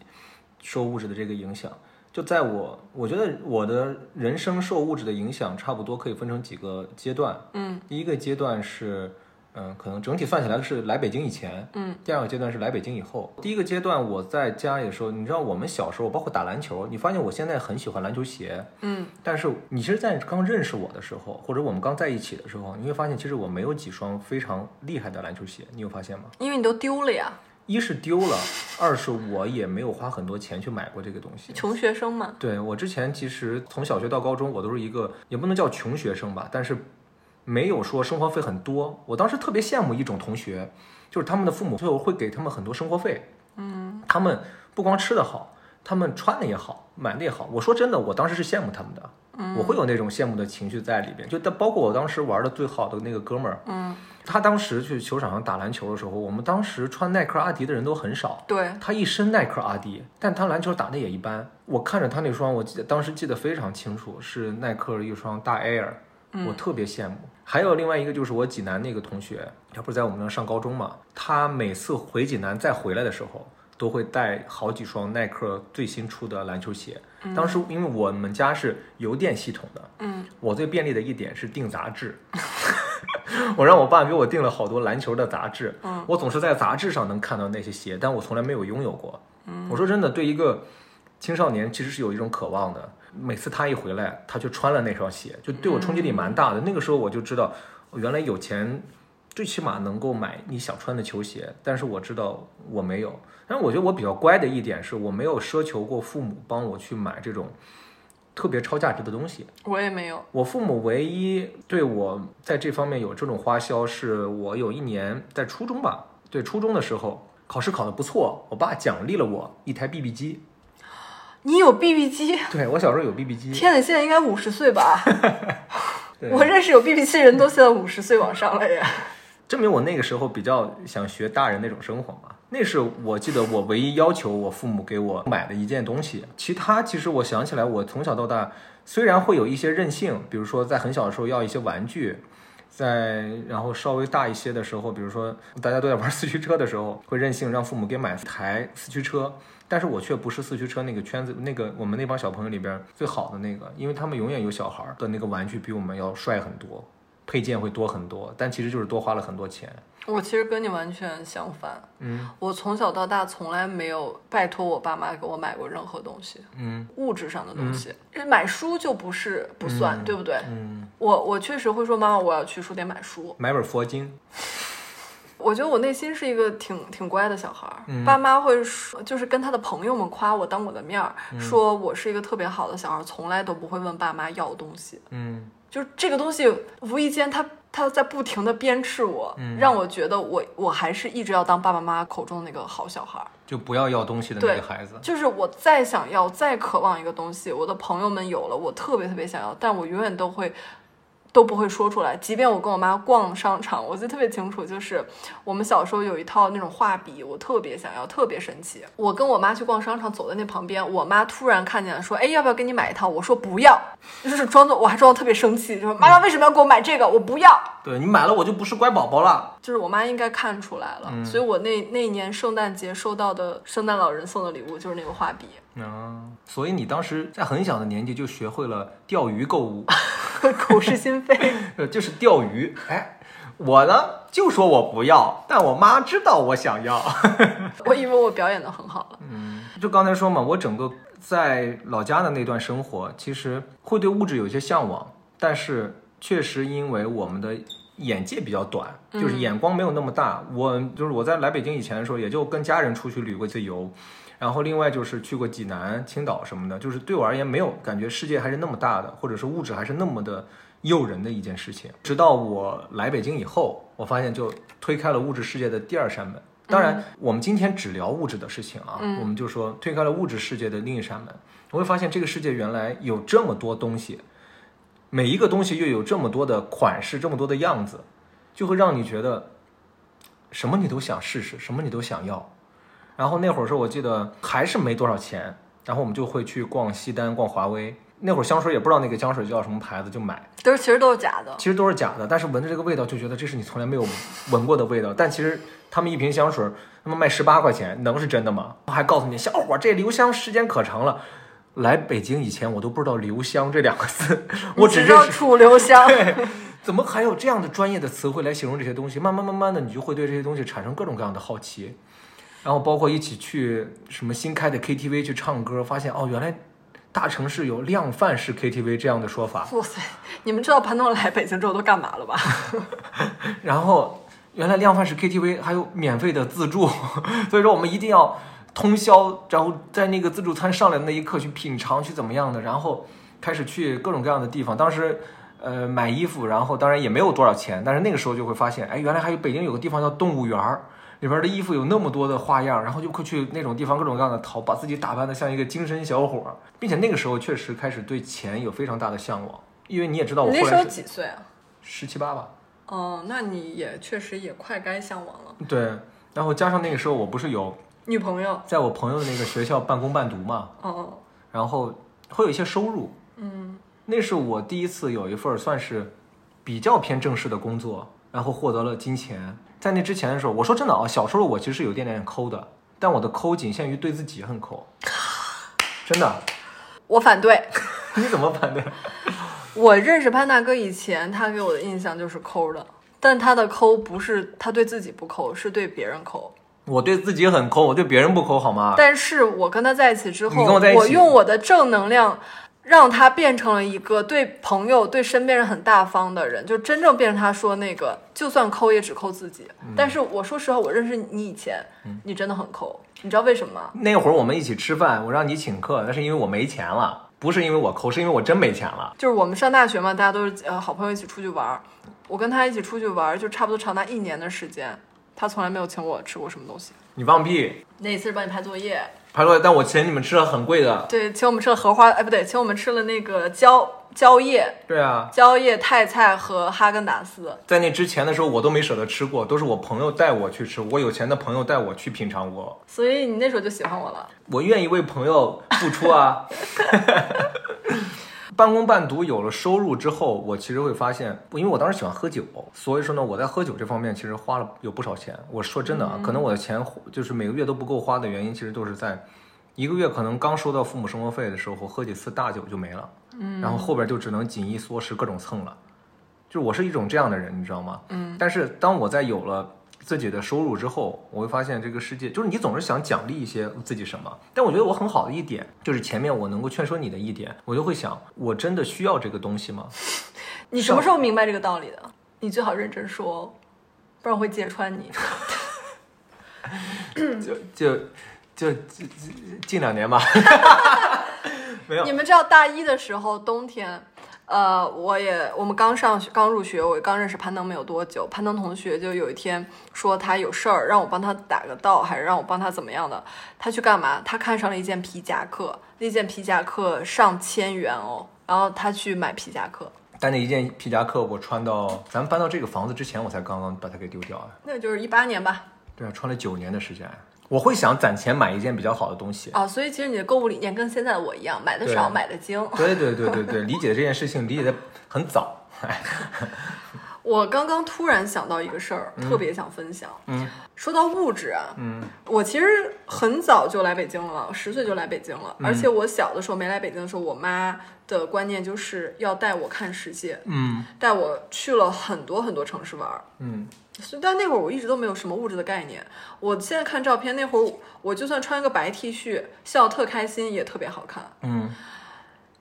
[SPEAKER 1] 受物质的这个影响。就在我，我觉得我的人生受物质的影响差不多可以分成几个阶段。
[SPEAKER 2] 嗯，
[SPEAKER 1] 第一个阶段是，嗯、可能整体算起来是来北京以前。
[SPEAKER 2] 嗯，
[SPEAKER 1] 第二个阶段是来北京以后。第一个阶段我在家里的时候，你知道我们小时候包括打篮球，你发现我现在很喜欢篮球鞋。
[SPEAKER 2] 嗯，
[SPEAKER 1] 但是你其实，在刚认识我的时候，或者我们刚在一起的时候，你会发现，其实我没有几双非常厉害的篮球鞋，你有发现吗？
[SPEAKER 2] 因为你都丢了呀，
[SPEAKER 1] 一是丢了，二是我也没有花很多钱去买过这个东西。
[SPEAKER 2] 穷学生嘛，
[SPEAKER 1] 对我之前其实从小学到高中，我都是一个也不能叫穷学生吧，但是没有说生活费很多。我当时特别羡慕一种同学，就是他们的父母最后会给他们很多生活费，嗯，他们不光吃得好，他们穿的也好，买的也好。我说真的，我当时是羡慕他们的，嗯，我会有那种羡慕的情绪在里边。就但包括我当时玩的最好的那个哥们儿，
[SPEAKER 2] 嗯，
[SPEAKER 1] 他当时去球场上打篮球的时候，我们当时穿耐克、阿迪的人都很少，
[SPEAKER 2] 对，
[SPEAKER 1] 他一身耐克阿迪，但他篮球打得也一般。我看着他那双，我记得当时记得非常清楚，是耐克的一双大 Air，我特别羡慕。还有另外一个就是我济南那个同学，他不是在我们那儿上高中嘛？他每次回济南再回来的时候，都会带好几双耐克最新出的篮球鞋。当时因为我们家是邮电系统的，
[SPEAKER 2] 嗯，
[SPEAKER 1] 我最便利的一点是订杂志。 我让我爸给我订了好多篮球的杂志，
[SPEAKER 2] 嗯
[SPEAKER 1] 我总是在杂志上能看到那些鞋，但我从来没有拥有过。我说真的，对一个青少年其实是有一种渴望的。每次他一回来，他就穿了那双鞋，就对我冲击力蛮大的。那个时候我就知道，原来有钱最起码能够买你想穿的球鞋，但是我知道我没有。但是我觉得我比较乖的一点是我没有奢求过父母帮我去买这种特别超价值的东西。
[SPEAKER 2] 我也没有，
[SPEAKER 1] 我父母唯一对我在这方面有这种花销，是我有一年在初中吧，对初中的时候，考试考得不错，我爸奖励了我一台 BB 机。
[SPEAKER 2] 你有 BB 机？
[SPEAKER 1] 对我小时候有 BB 机，
[SPEAKER 2] 天哪，现在应该五十 岁吧？
[SPEAKER 1] 对
[SPEAKER 2] 我认识有 BB 机的人都现在五十岁往上了呀。
[SPEAKER 1] 证明我那个时候比较想学大人那种生活嘛。那是我记得我唯一要求我父母给我买的一件东西。其他其实我想起来，我从小到大虽然会有一些任性，比如说在很小的时候要一些玩具，在然后稍微大一些的时候，比如说大家都在玩四驱车的时候，会任性让父母给买台四驱车。但是我却不是四驱车那个圈子那个我们那帮小朋友里边最好的那个，因为他们永远有小孩儿的那个玩具比我们要帅很多，配件会多很多，但其实就是多花了很多钱。
[SPEAKER 2] 我其实跟你完全相反，
[SPEAKER 1] 嗯
[SPEAKER 2] 我从小到大从来没有拜托我爸妈给我买过任何东西，
[SPEAKER 1] 嗯
[SPEAKER 2] 物质上的东西。买书就不是不算，对不对？
[SPEAKER 1] 嗯，
[SPEAKER 2] 我我确实会说妈妈，我要去书店买书。
[SPEAKER 1] 买本佛经，
[SPEAKER 2] 我觉得我内心是一个挺挺乖的小孩儿，
[SPEAKER 1] 嗯
[SPEAKER 2] 爸妈会说，就是跟他的朋友们夸我，当我的面儿、
[SPEAKER 1] 嗯
[SPEAKER 2] 说我是一个特别好的小孩儿，从来都不会问爸妈要东西。
[SPEAKER 1] 嗯
[SPEAKER 2] 就是这个东西，无意间他他在不停的鞭笞我，
[SPEAKER 1] 嗯
[SPEAKER 2] 让我觉得我我还是一直要当爸爸妈妈口中的那个好小孩儿。
[SPEAKER 1] 就不要要东西的那个孩子。
[SPEAKER 2] 就是我再想要、再渴望一个东西，我的朋友们有了，我特别特别想要，但我永远都会都不会说出来。即便我跟我妈逛商场，我记得特别清楚，就是我们小时候有一套那种画笔，我特别想要，特别神奇。我跟我妈去逛商场，走在那旁边，我妈突然看见了，说：“哎，要不要给你买一套？”我说：“不要。” 就是装作我还装作特别生气，就说：“妈妈为什么要给我买这个？我不要。”
[SPEAKER 1] 对你买了我就不是乖宝宝了。
[SPEAKER 2] 就是我妈应该看出来了，所以我那那一年圣诞节收到的圣诞老人送的礼物就是那个画笔。
[SPEAKER 1] 啊，所以你当时在很小的年纪就学会了钓鱼购物，
[SPEAKER 2] 口是心非。
[SPEAKER 1] 呃，就是钓鱼。哎，我呢就说我不要，但我妈知道我想要。
[SPEAKER 2] 我以为我表演的很好了，
[SPEAKER 1] 就刚才说嘛，我整个在老家的那段生活，其实会对物质有一些向往，但是确实因为我们的眼界比较短，就是眼光没有那么大。我就是我在来北京以前的时候，也就跟家人出去旅过一次游。然后另外就是去过济南、青岛什么的，就是对我而言没有感觉世界还是那么大的，或者是物质还是那么的诱人的一件事情。直到我来北京以后，我发现就推开了物质世界的第二扇门。当然，我们今天只聊物质的事情啊，我们就说推开了物质世界的另一扇门，我会发现这个世界原来有这么多东西，每一个东西又有这么多的款式，这么多的样子，就会让你觉得什么你都想试试，什么你都想要。然后那会儿是我记得还是没多少钱，然后我们就会去逛西单、逛华威。那会儿香水也不知道那个香水叫什么牌子，就买，
[SPEAKER 2] 都是其实都是假的。
[SPEAKER 1] 其实都是假的，但是闻着这个味道就觉得这是你从来没有闻过的味道。但其实他们一瓶香水，他们卖十八块钱，能是真的吗？还告诉你，小伙儿这留香时间可长了。来北京以前我都不知道“留香”这两个字， 我
[SPEAKER 2] 你只知
[SPEAKER 1] 认
[SPEAKER 2] 道
[SPEAKER 1] 识
[SPEAKER 2] 楚留香，
[SPEAKER 1] 怎么还有这样的专业的词汇来形容这些东西？慢慢慢慢的，你就会对这些东西产生各种各样的好奇，然后包括一起去什么新开的 KTV 去唱歌，发现哦，原来大城市有量贩式 KTV 这样的说法，
[SPEAKER 2] 哇塞！你们知道潘东来北京之后都干嘛了吧？
[SPEAKER 1] 然后原来量贩式 KTV 还有免费的自助， 所以说我们一定要通宵，然后在那个自助餐上来的那一刻去品尝，去怎么样的，然后开始去各种各样的地方。当时。呃，买衣服，然后当然也没有多少钱，但是那个时候就会发现，哎，原来还有北京有个地方叫动物园儿，里边的衣服有那么多的花样，然后就会去那种地方各种各样的淘，把自己打扮的像一个精神小伙儿，并且那个时候确实开始对钱有非常大的向往，因为你也知道我
[SPEAKER 2] 你那
[SPEAKER 1] 后
[SPEAKER 2] 时候
[SPEAKER 1] 来是
[SPEAKER 2] 几岁啊？
[SPEAKER 1] 十七八吧，
[SPEAKER 2] 哦，那你也确实也快该向往了。
[SPEAKER 1] 对，然后加上那个时候我不是有
[SPEAKER 2] 女朋友，
[SPEAKER 1] 在我朋友那个学校半工半读嘛，
[SPEAKER 2] 哦，
[SPEAKER 1] 然后会有一些收入，
[SPEAKER 2] 嗯，
[SPEAKER 1] 那是我第一次有一份儿算是比较偏正式的工作，然后获得了金钱。在那之前的时候，我说真的啊，小时候我其实是有点点抠的，但我的抠仅限于对自己很抠，真的。
[SPEAKER 2] 我反对。
[SPEAKER 1] 你怎么反对？
[SPEAKER 2] 我认识潘大哥以前，他给我的印象就是抠的，但他的抠不是他对自己不抠，是对别人抠。
[SPEAKER 1] 我对自己很抠，我对别人不抠好吗？
[SPEAKER 2] 但是我跟他在一起之后，
[SPEAKER 1] 啊你跟我在一起
[SPEAKER 2] 用我的正能量，让他变成了一个对朋友、对身边人很大方的人，就真正变成他说那个，就算抠也只抠自己。
[SPEAKER 1] 嗯
[SPEAKER 2] 但是我说实话，我认识你以前，你真的很抠，你知道为什么吗？
[SPEAKER 1] 那会儿我们一起吃饭，我让你请客，那是因为我没钱了，不是因为我抠，是因为我真没钱了。
[SPEAKER 2] 就是我们上大学嘛，大家都是呃好朋友一起出去玩儿，我跟他一起出去玩儿，就差不多长达一年的时间。他从来没有请我吃过什么东西。
[SPEAKER 1] 你放屁！
[SPEAKER 2] 那一次是帮你拍作业，
[SPEAKER 1] 拍落，但我请你们吃了很贵的。
[SPEAKER 2] 对，请我们吃了荷花，哎，不对，请我们吃了那个蕉蕉叶、
[SPEAKER 1] 对啊，
[SPEAKER 2] 蕉叶泰菜和哈根达斯。
[SPEAKER 1] 在那之前的时候，我都没舍得吃过，都是我朋友带我去吃，我有钱的朋友带我去品尝过，
[SPEAKER 2] 所以你那时候就喜欢我了。
[SPEAKER 1] 我愿意为朋友付出啊。 半工半读有了收入之后，我其实会发现，因为我当时喜欢喝酒，所以说呢，我在喝酒这方面其实花了有不少钱。我说真的啊，可能我的钱就是每个月都不够花的原因，其实都是在一个月可能刚收到父母生活费的时候，喝几次大酒就没了，嗯，然后后边就只能紧衣缩食各种蹭了。就是我是一种这样的人，你知道吗？嗯。但是当我在有了自己的收入之后，我会发现这个世界，就是你总是想奖励一些自己什么，但我觉得我很好的一点，就是前面我能够劝说你的一点，我就会想，我真的需要这个东西吗？
[SPEAKER 2] 你什么时候明白这个道理的？你最好认真说哦，不然我会揭穿你。
[SPEAKER 1] 就就就就就近两年吧。没有
[SPEAKER 2] 你，们知道大一的时候冬天，呃，我也我们刚上学刚入学，我刚认识攀登没有多久，攀登同学就有一天说他有事儿，让我帮他打个道，还是让我帮他怎么样的？他去干嘛？他看上了一件皮夹克，那件皮夹克上千元哦，然后他去买皮夹克，
[SPEAKER 1] 但那一件皮夹克我穿到咱们搬到这个房子之前，我才刚刚把它给丢掉啊。
[SPEAKER 2] 那就是一八年吧。
[SPEAKER 1] 对啊，穿了九年的时间，我会想攒钱买一件比较好的东西。
[SPEAKER 2] 啊，所以其实你的购物理念跟现在的我一样，买的
[SPEAKER 1] 对
[SPEAKER 2] 少，买的精。
[SPEAKER 1] 对对对对对，理解这件事情理解的很早。
[SPEAKER 2] 我刚刚突然想到一个事
[SPEAKER 1] 嗯
[SPEAKER 2] 儿，特别想分享。嗯，说到物质啊，嗯，我其实很早就来北京了，我十岁就来北京
[SPEAKER 1] 嗯
[SPEAKER 2] 了，而且我小的时候没来北京的时候，我妈的观念就是要带我看世界，
[SPEAKER 1] 嗯
[SPEAKER 2] 带我去了很多很多城市玩儿。
[SPEAKER 1] 嗯，
[SPEAKER 2] 所以，但那会儿我一直都没有什么物质的概念。我现在看照片，那会儿我就算穿一个白 T 恤，笑得特开心，也特别好看。
[SPEAKER 1] 嗯，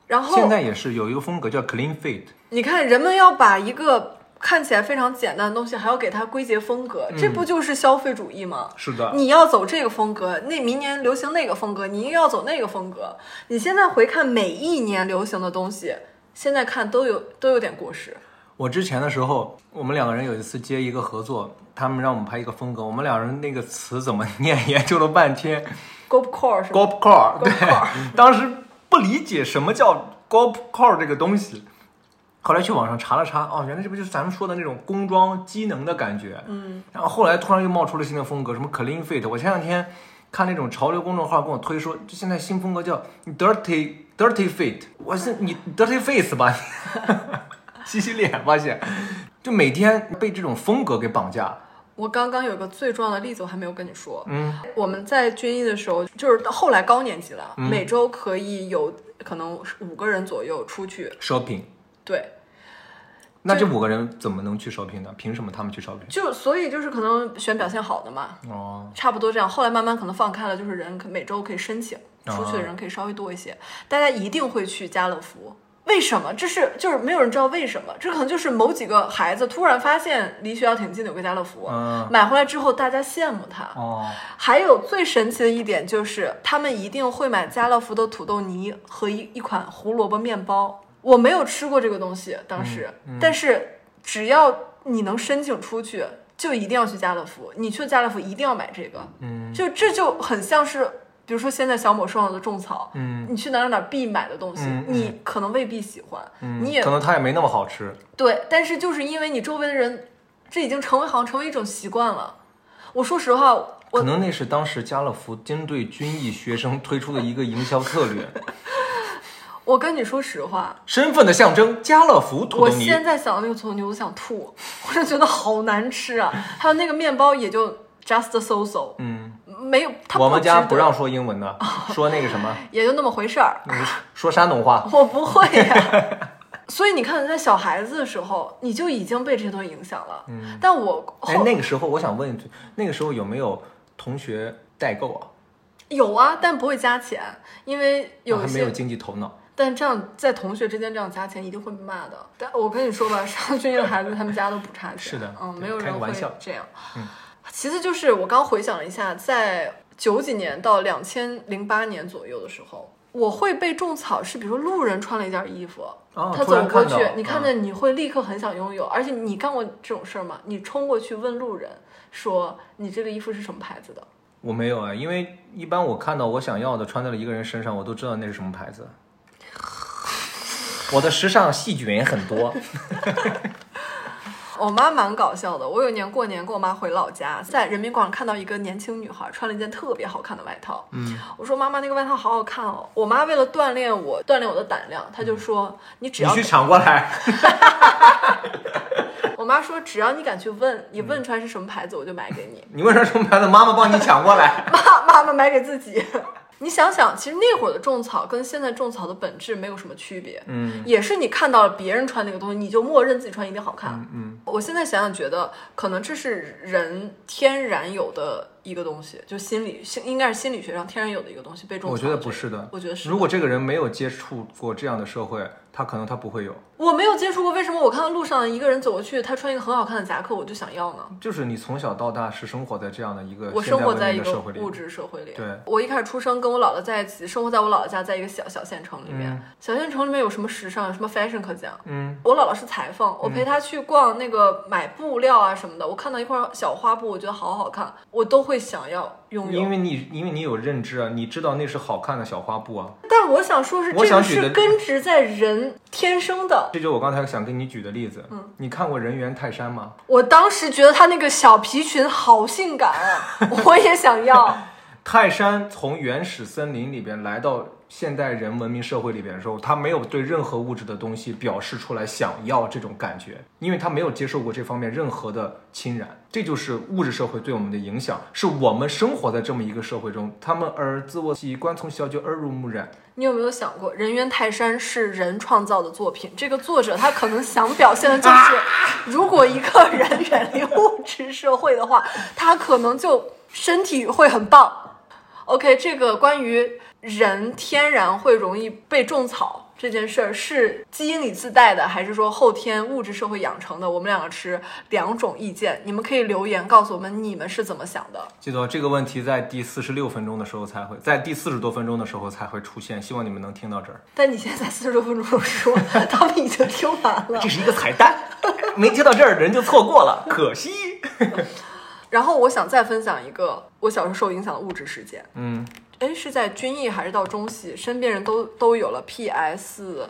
[SPEAKER 2] 然后
[SPEAKER 1] 现在也是有一个风格叫 clean fit，
[SPEAKER 2] 你看，人们要把一个看起来非常简单的东西，还要给它归结风格，这不就是消费主义吗？
[SPEAKER 1] 是的，
[SPEAKER 2] 你要走这个风格，那明年流行那个风格，你又要走那个风格。你现在回看每一年流行的东西，现在看都有都有点过时。
[SPEAKER 1] 我之前的时候，我们两个人有一次接一个合作，他们让我们拍一个风格，我们两人那个词怎么 念研究了半天
[SPEAKER 2] g o p core 是
[SPEAKER 1] g o
[SPEAKER 2] 吗
[SPEAKER 1] p c o r e 对
[SPEAKER 2] Golfcore
[SPEAKER 1] 当时不理解什么叫 g o p c o r e 这个东西，后来去网上查了查，哦，原来这不就是咱们说的那种工装机能的感觉，嗯，然后后来突然又冒出了新的风格，什么 clean fit，我前两天看那种潮流公众号跟我推说，就现在新风格叫 dirty dirty fit，我是你 dirty face 吧，洗洗脸吧先，就每天被这种风格给绑架，
[SPEAKER 2] 我刚刚有个最重要的例子，我还没有跟你说。
[SPEAKER 1] 嗯，
[SPEAKER 2] 我们在军医的时候，就是后来高年级了，每周可以有可能五个人左右出去。
[SPEAKER 1] shopping，
[SPEAKER 2] 对，
[SPEAKER 1] 那这五个人怎么能去 shopping 呢？凭什么他们去 shopping？
[SPEAKER 2] 就所以就是可能选表现好的嘛，
[SPEAKER 1] 哦。
[SPEAKER 2] 差不多这样。后来慢慢可能放开了，就是人可每周可以申请出去的人可以稍微多一些。大家一定会去家乐福，为什么？这是就是没有人知道为什么，这可能就是某几个孩子突然发现离学校挺近的有个家乐福，
[SPEAKER 1] 嗯
[SPEAKER 2] 买回来之后大家羡慕他。
[SPEAKER 1] 哦，
[SPEAKER 2] 还有最神奇的一点就是，他们一定会买家乐福的土豆泥和一一款胡萝卜面包。我没有吃过这个东西，当时，
[SPEAKER 1] 嗯
[SPEAKER 2] 但是只要你能申请出去，就一定要去家乐福。你去家乐福一定要买这个，
[SPEAKER 1] 嗯
[SPEAKER 2] 就这就很像是，比如说现在小某收到的种草，
[SPEAKER 1] 嗯，
[SPEAKER 2] 你去哪儿哪儿必买的东西，
[SPEAKER 1] 嗯嗯
[SPEAKER 2] 你可能未必喜欢，
[SPEAKER 1] 嗯
[SPEAKER 2] 你也
[SPEAKER 1] 可能它也没那么好吃。
[SPEAKER 2] 对，但是就是因为你周围的人，这已经成为好像成为一种习惯了。我说实话，我
[SPEAKER 1] 可能那是当时家乐福针对军艺学生推出的一个营销策略，
[SPEAKER 2] 我跟你说实话，
[SPEAKER 1] 身份的象征，家乐福土
[SPEAKER 2] 我
[SPEAKER 1] 豆泥。
[SPEAKER 2] 现在想到那个土豆泥，我都想吐，我就觉得好难吃啊！还有那个面包也就 just so so，
[SPEAKER 1] 嗯，
[SPEAKER 2] 没有，它
[SPEAKER 1] 我们家
[SPEAKER 2] 值得
[SPEAKER 1] 不让，说英文
[SPEAKER 2] 哦
[SPEAKER 1] 的，说那个什么，
[SPEAKER 2] 也就那么回事儿。
[SPEAKER 1] 那个说山东话。
[SPEAKER 2] 我不会呀、 所以你看，在小孩子的时候，你就已经被这些东西影响了。嗯，但我后、
[SPEAKER 1] 哎，那个时候我想问一句，那个时候有没有同学代购啊？
[SPEAKER 2] 有啊，但不会加钱，因为有
[SPEAKER 1] 我
[SPEAKER 2] 一
[SPEAKER 1] 啊还没
[SPEAKER 2] 些，
[SPEAKER 1] 有经济头脑。
[SPEAKER 2] 但这样在同学之间这样加钱，一定会被骂的。但我跟你说吧，上军的孩子他们家都不差钱，
[SPEAKER 1] 是的
[SPEAKER 2] 嗯，
[SPEAKER 1] 对
[SPEAKER 2] 没有
[SPEAKER 1] 开
[SPEAKER 2] 人
[SPEAKER 1] 个
[SPEAKER 2] 会
[SPEAKER 1] 玩笑嗯
[SPEAKER 2] 这样。其次就是我刚回想了一下，在九几年到两千零八年左右的时候，我会被种草是，比如说路人穿了一件衣服，
[SPEAKER 1] 哦
[SPEAKER 2] 他
[SPEAKER 1] 突然
[SPEAKER 2] 走过
[SPEAKER 1] 看
[SPEAKER 2] 去
[SPEAKER 1] 到，嗯
[SPEAKER 2] 你看见你会立刻很想拥有，而且你干过这种事儿吗？你冲过去问路人说你这个衣服是什么牌子的？
[SPEAKER 1] 我没有啊，因为一般我看到我想要的穿在了一个人身上，我都知道那是什么牌子。我的时尚细菌很多，
[SPEAKER 2] 我妈蛮搞笑的。我有一年过年跟我妈回老家，在人民广场看到一个年轻女孩穿了一件特别好看的外套。嗯，我说妈妈那个外套好好看哦。我妈为了锻炼我，锻炼我的胆量，她就说你
[SPEAKER 1] 嗯
[SPEAKER 2] 只
[SPEAKER 1] 你
[SPEAKER 2] 要
[SPEAKER 1] 去抢过来。
[SPEAKER 2] 我妈说只要你敢去问，
[SPEAKER 1] 嗯
[SPEAKER 2] 你问出来是什么牌子，我就买给你。
[SPEAKER 1] 你为啥这么牌子？妈妈帮你抢过来。
[SPEAKER 2] 妈妈妈买给自己。 你想想，其实那会儿的种草跟现在种草的本质没有什么区别，
[SPEAKER 1] 嗯，
[SPEAKER 2] 也是你看到了别人穿那个东西，你就默认自己穿一定好看。
[SPEAKER 1] 嗯，
[SPEAKER 2] 我现在想想，觉得可能这是人天然有的一个东西，就心理心应该是心理学上天然有的一个东西被种草。
[SPEAKER 1] 我觉得不，是的。
[SPEAKER 2] 我觉得是。
[SPEAKER 1] 如果这个人没有接触过这样的社会，他可能他不会有。
[SPEAKER 2] 我没有接触过，为什么我看到路上一个人走过去，他穿一个很好看的夹克，我就想要呢？
[SPEAKER 1] 就是你从小到大是生活在这样的一个
[SPEAKER 2] 我
[SPEAKER 1] 现
[SPEAKER 2] 生
[SPEAKER 1] 代
[SPEAKER 2] 活
[SPEAKER 1] 文
[SPEAKER 2] 在
[SPEAKER 1] 明
[SPEAKER 2] 一
[SPEAKER 1] 的
[SPEAKER 2] 个
[SPEAKER 1] 社会里，
[SPEAKER 2] 物质社会里。
[SPEAKER 1] 对，
[SPEAKER 2] 我一开始出生跟我姥姥在一起，生活在我姥姥家，在一个小小县城里面。
[SPEAKER 1] 嗯
[SPEAKER 2] 小县城里面有什么时尚，有什么 fashion 可讲？
[SPEAKER 1] 嗯，
[SPEAKER 2] 我姥姥是裁缝，我陪她去逛那个买布料啊什么的，我看到一块小花布，我觉得好好看，我都会想要拥有。
[SPEAKER 1] 因为你因为你有认知啊，你知道那是好看的小花布啊。
[SPEAKER 2] 但我想说是，
[SPEAKER 1] 我
[SPEAKER 2] 这
[SPEAKER 1] 想
[SPEAKER 2] 个
[SPEAKER 1] 举的
[SPEAKER 2] 是根植在人天生的。
[SPEAKER 1] 这就我刚才想跟你举的例子。嗯，你看过《人猿泰山》吗？
[SPEAKER 2] 我当时觉得她那个小皮裙好性感啊， 我也想要。
[SPEAKER 1] 泰山从原始森林里边来到现代人文明社会里边的时候，他没有对任何物质的东西表示出来想要这种感觉，因为他没有接受过这方面任何的侵染。这就是物质社会对我们的影响，是我们生活在这么一个社会中，他们而自我习惯从小就耳濡目染。
[SPEAKER 2] 你有没有想过，人猿泰山是人创造的作品？这个作者他可能想表现的就是，如果一个人远离物质社会的话，他可能就身体会很棒。OK，这个关于人天然会容易被种草这件事儿，是基因里自带的，还是说后天物质社会养成的？我们两个持两种意见，你们可以留言告诉我们你们是怎么想的。
[SPEAKER 1] 记得这个问题在第四十六分钟的时候才会，在第四十多分钟的时候才会出现，希望你们能听到这儿。
[SPEAKER 2] 但你现在四十多分钟说， 他们已经听完了
[SPEAKER 1] 这。是一个彩蛋，没听到这儿的人就错过了，可惜。
[SPEAKER 2] 然后我想再分享一个我小时候受影响的物质事件，
[SPEAKER 1] 嗯，
[SPEAKER 2] 哎，是在军艺还是到中戏？身边人都都有了 PS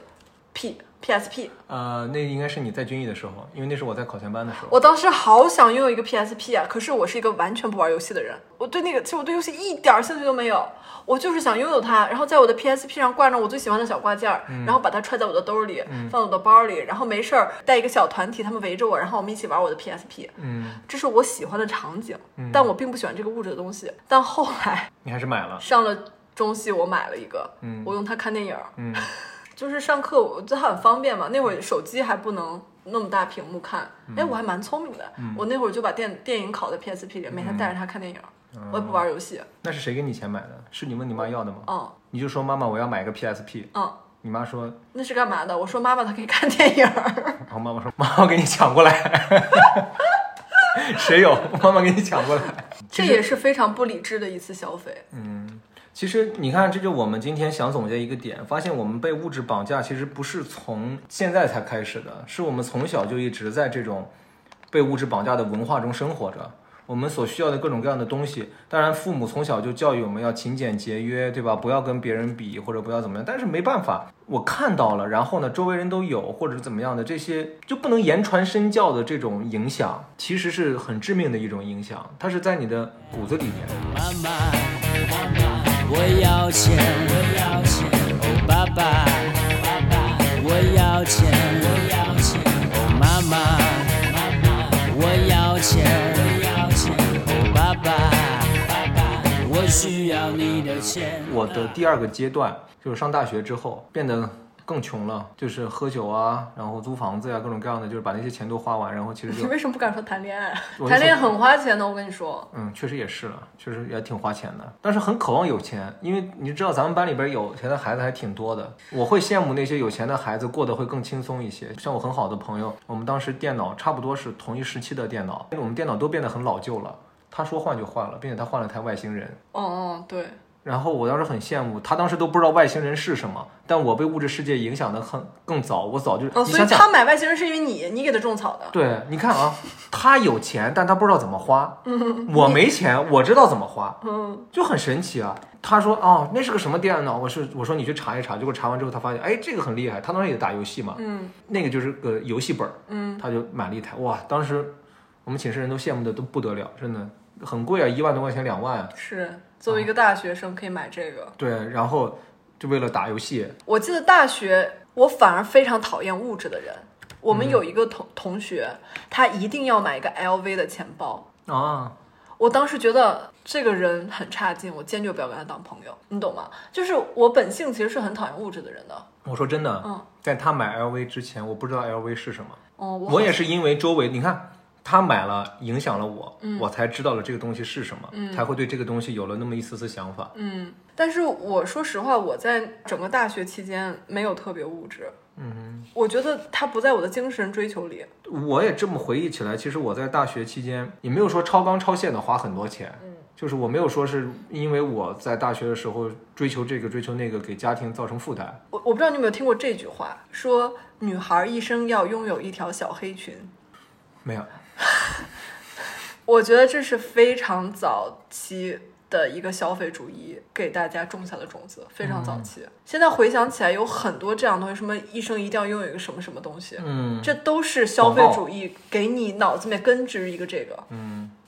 [SPEAKER 2] P PSP，
[SPEAKER 1] 呃，那应该是你在军艺的时候，因为那是我在考前班的时候。
[SPEAKER 2] 我当时好想拥有一个 PSP 啊！可是我是一个完全不玩游戏的人，我对那个其实我对游戏一点儿兴趣都没有，我就是想拥有它，然后在我的 PSP 上挂上我最喜欢的小挂件儿，
[SPEAKER 1] 嗯
[SPEAKER 2] 然后把它揣在我的兜里，放我的包里，然后没事儿带一个小团体，他们围着我，然后我们一起玩我的 PSP，
[SPEAKER 1] 嗯，
[SPEAKER 2] 这是我喜欢的场景，但我并不喜欢这个物质的东西。但后来。
[SPEAKER 1] 你还是买了。
[SPEAKER 2] 上了中戏，我买了一个，
[SPEAKER 1] 嗯
[SPEAKER 2] 我用它看电影儿，
[SPEAKER 1] 嗯，
[SPEAKER 2] 就是上课我它很方便嘛。那会儿手机还不能那么大屏幕看，
[SPEAKER 1] 嗯
[SPEAKER 2] 哎，我还蛮聪明的，我那会儿就把电电影拷在 PSP 里，每天带着它看电影儿，
[SPEAKER 1] 嗯
[SPEAKER 2] 我也不玩游戏，
[SPEAKER 1] 那是谁给你钱买的？是你问你妈要的吗？
[SPEAKER 2] 嗯
[SPEAKER 1] 你就说妈妈，我要买个 PSP。
[SPEAKER 2] 嗯。
[SPEAKER 1] 你妈说，
[SPEAKER 2] 那是干嘛的？我说妈妈，她可以看电影儿。
[SPEAKER 1] 然后妈妈说，妈妈给你抢过来。 谁有？妈妈给你抢过来。
[SPEAKER 2] 这也是非常不理智的一次消费。
[SPEAKER 1] 嗯其实你看，这就我们今天想总结一个点，发现我们被物质绑架，其实不是从现在才开始的，是我们从小就一直在这种被物质绑架的文化中生活着。我们所需要的各种各样的东西，当然父母从小就教育我们要勤俭节约，对吧？不要跟别人比，或者不要怎么样。但是没办法，我看到了，然后呢，周围人都有，或者是怎么样的，这些就不能言传身教的这种影响，其实是很致命的一种影响，它是在你的骨子里面。
[SPEAKER 4] 妈妈，我要钱，我要钱。哦，爸爸，爸爸，我要钱，我要钱。哦，妈妈，妈妈，我要钱，我要钱。哦，爸爸，爸爸，我需要你的钱。
[SPEAKER 1] 我的第二个阶段就是上大学之后变得更穷了，就是喝酒啊，然后租房子呀、各种各样的，就是把那些钱都花完，然后其实
[SPEAKER 2] 你
[SPEAKER 1] 就
[SPEAKER 2] 为什么不敢说谈恋爱？啊
[SPEAKER 1] 我
[SPEAKER 2] 谈恋爱很花钱的，我跟你说。
[SPEAKER 1] 嗯，确实也是了，确实也挺花钱的，但是很渴望有钱，因为你知道咱们班里边有钱的孩子还挺多的，我会羡慕那些有钱的孩子过得会更轻松一些。像我很好的朋友，我们当时电脑差不多是同一时期的电脑，我们电脑都变得很老旧了，他说换就换了，并且他换了台外星人。
[SPEAKER 2] 嗯哦哦，对，
[SPEAKER 1] 然后我当时很羡慕他，当时都不知道外星人是什么，但我被物质世界影响的很更早，我早就、你
[SPEAKER 2] 哦，所以
[SPEAKER 1] 想想，
[SPEAKER 2] 他买外星人是因为你，你给他种草的。
[SPEAKER 1] 对，你看啊，他有钱，但他不知道怎么花。
[SPEAKER 2] 嗯
[SPEAKER 1] 我没钱，我知道怎么花，就很神奇啊。他说哦，那是个什么电脑？我是我说你去查一查，结果查完之后他发现，哎，这个很厉害。他当时也打游戏嘛，
[SPEAKER 2] 嗯
[SPEAKER 1] 那个就是个游戏本儿，
[SPEAKER 2] 嗯，
[SPEAKER 1] 他就买了一台。哇，当时我们寝室人都羡慕的都不得了，真的很贵啊，一万多块钱，两万啊。
[SPEAKER 2] 是作为一个大学生可以买这个。
[SPEAKER 1] 对，然后就为了打游戏，
[SPEAKER 2] 我记得大学，我反而非常讨厌物质的人。我们有一个同同学，他一定要买一个 LV 的钱包，哦
[SPEAKER 1] 啊，
[SPEAKER 2] 我当时觉得这个人很差劲，我坚决不要跟他当朋友，你懂吗？就是我本性其实是很讨厌物质的人的。
[SPEAKER 1] 我说真的，
[SPEAKER 2] 嗯
[SPEAKER 1] 在他买 LV 之前，我不知道 LV 是什么。
[SPEAKER 2] 哦，我
[SPEAKER 1] 我也
[SPEAKER 2] 好
[SPEAKER 1] 是因为周围，你看他买了，影响了我，
[SPEAKER 2] 嗯
[SPEAKER 1] 我才知道了这个东西是什么，才会对这个东西有了那么一丝丝想法。
[SPEAKER 2] 嗯，但是我说实话，我在整个大学期间没有特别物质。嗯，我觉得他不在我的精神追求里。
[SPEAKER 1] 我也这么回忆起来，其实我在大学期间也没有说超纲超线的花很多钱，
[SPEAKER 2] 嗯
[SPEAKER 1] 就是我没有说是因为我在大学的时候追求这个追求那个，给家庭造成负担。
[SPEAKER 2] 我我不知道你有没有听过这句话，说女孩一生要拥有一条小黑裙。
[SPEAKER 1] 没有，
[SPEAKER 2] 我觉得这是非常早期的一个消费主义给大家种下的种子，非常早期。现在回想起来，有很多这样的东西，什么一生一定要拥有一个什么什么东西，
[SPEAKER 1] 嗯，
[SPEAKER 2] 这都是消费主义给你脑子里面根植一个这个。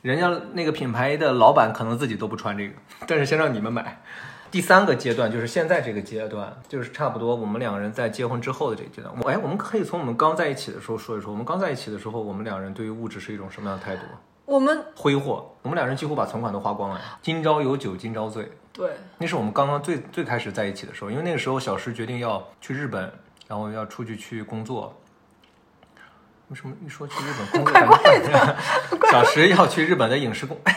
[SPEAKER 1] 人家那个品牌的老板可能自己都不穿这个， 但是先让你们买。第三个阶段就是现在这个阶段，就是差不多我们两个人在结婚之后的这个阶段。我哎，我们可以从我们刚在一起的时候说一说，我们刚在一起的时候，我们两人对于物质是一种什么样的态度？
[SPEAKER 2] 我们
[SPEAKER 1] 挥霍，我们两人几乎把存款都花光了。今朝有酒今朝醉，
[SPEAKER 2] 对
[SPEAKER 1] 那是我们刚刚最最开始在一起的时候，因为那个时候小石决定要去日本，然后要出去去工作。为什么一说去日本工作，感觉怪怪的？小石要去日本的影视工，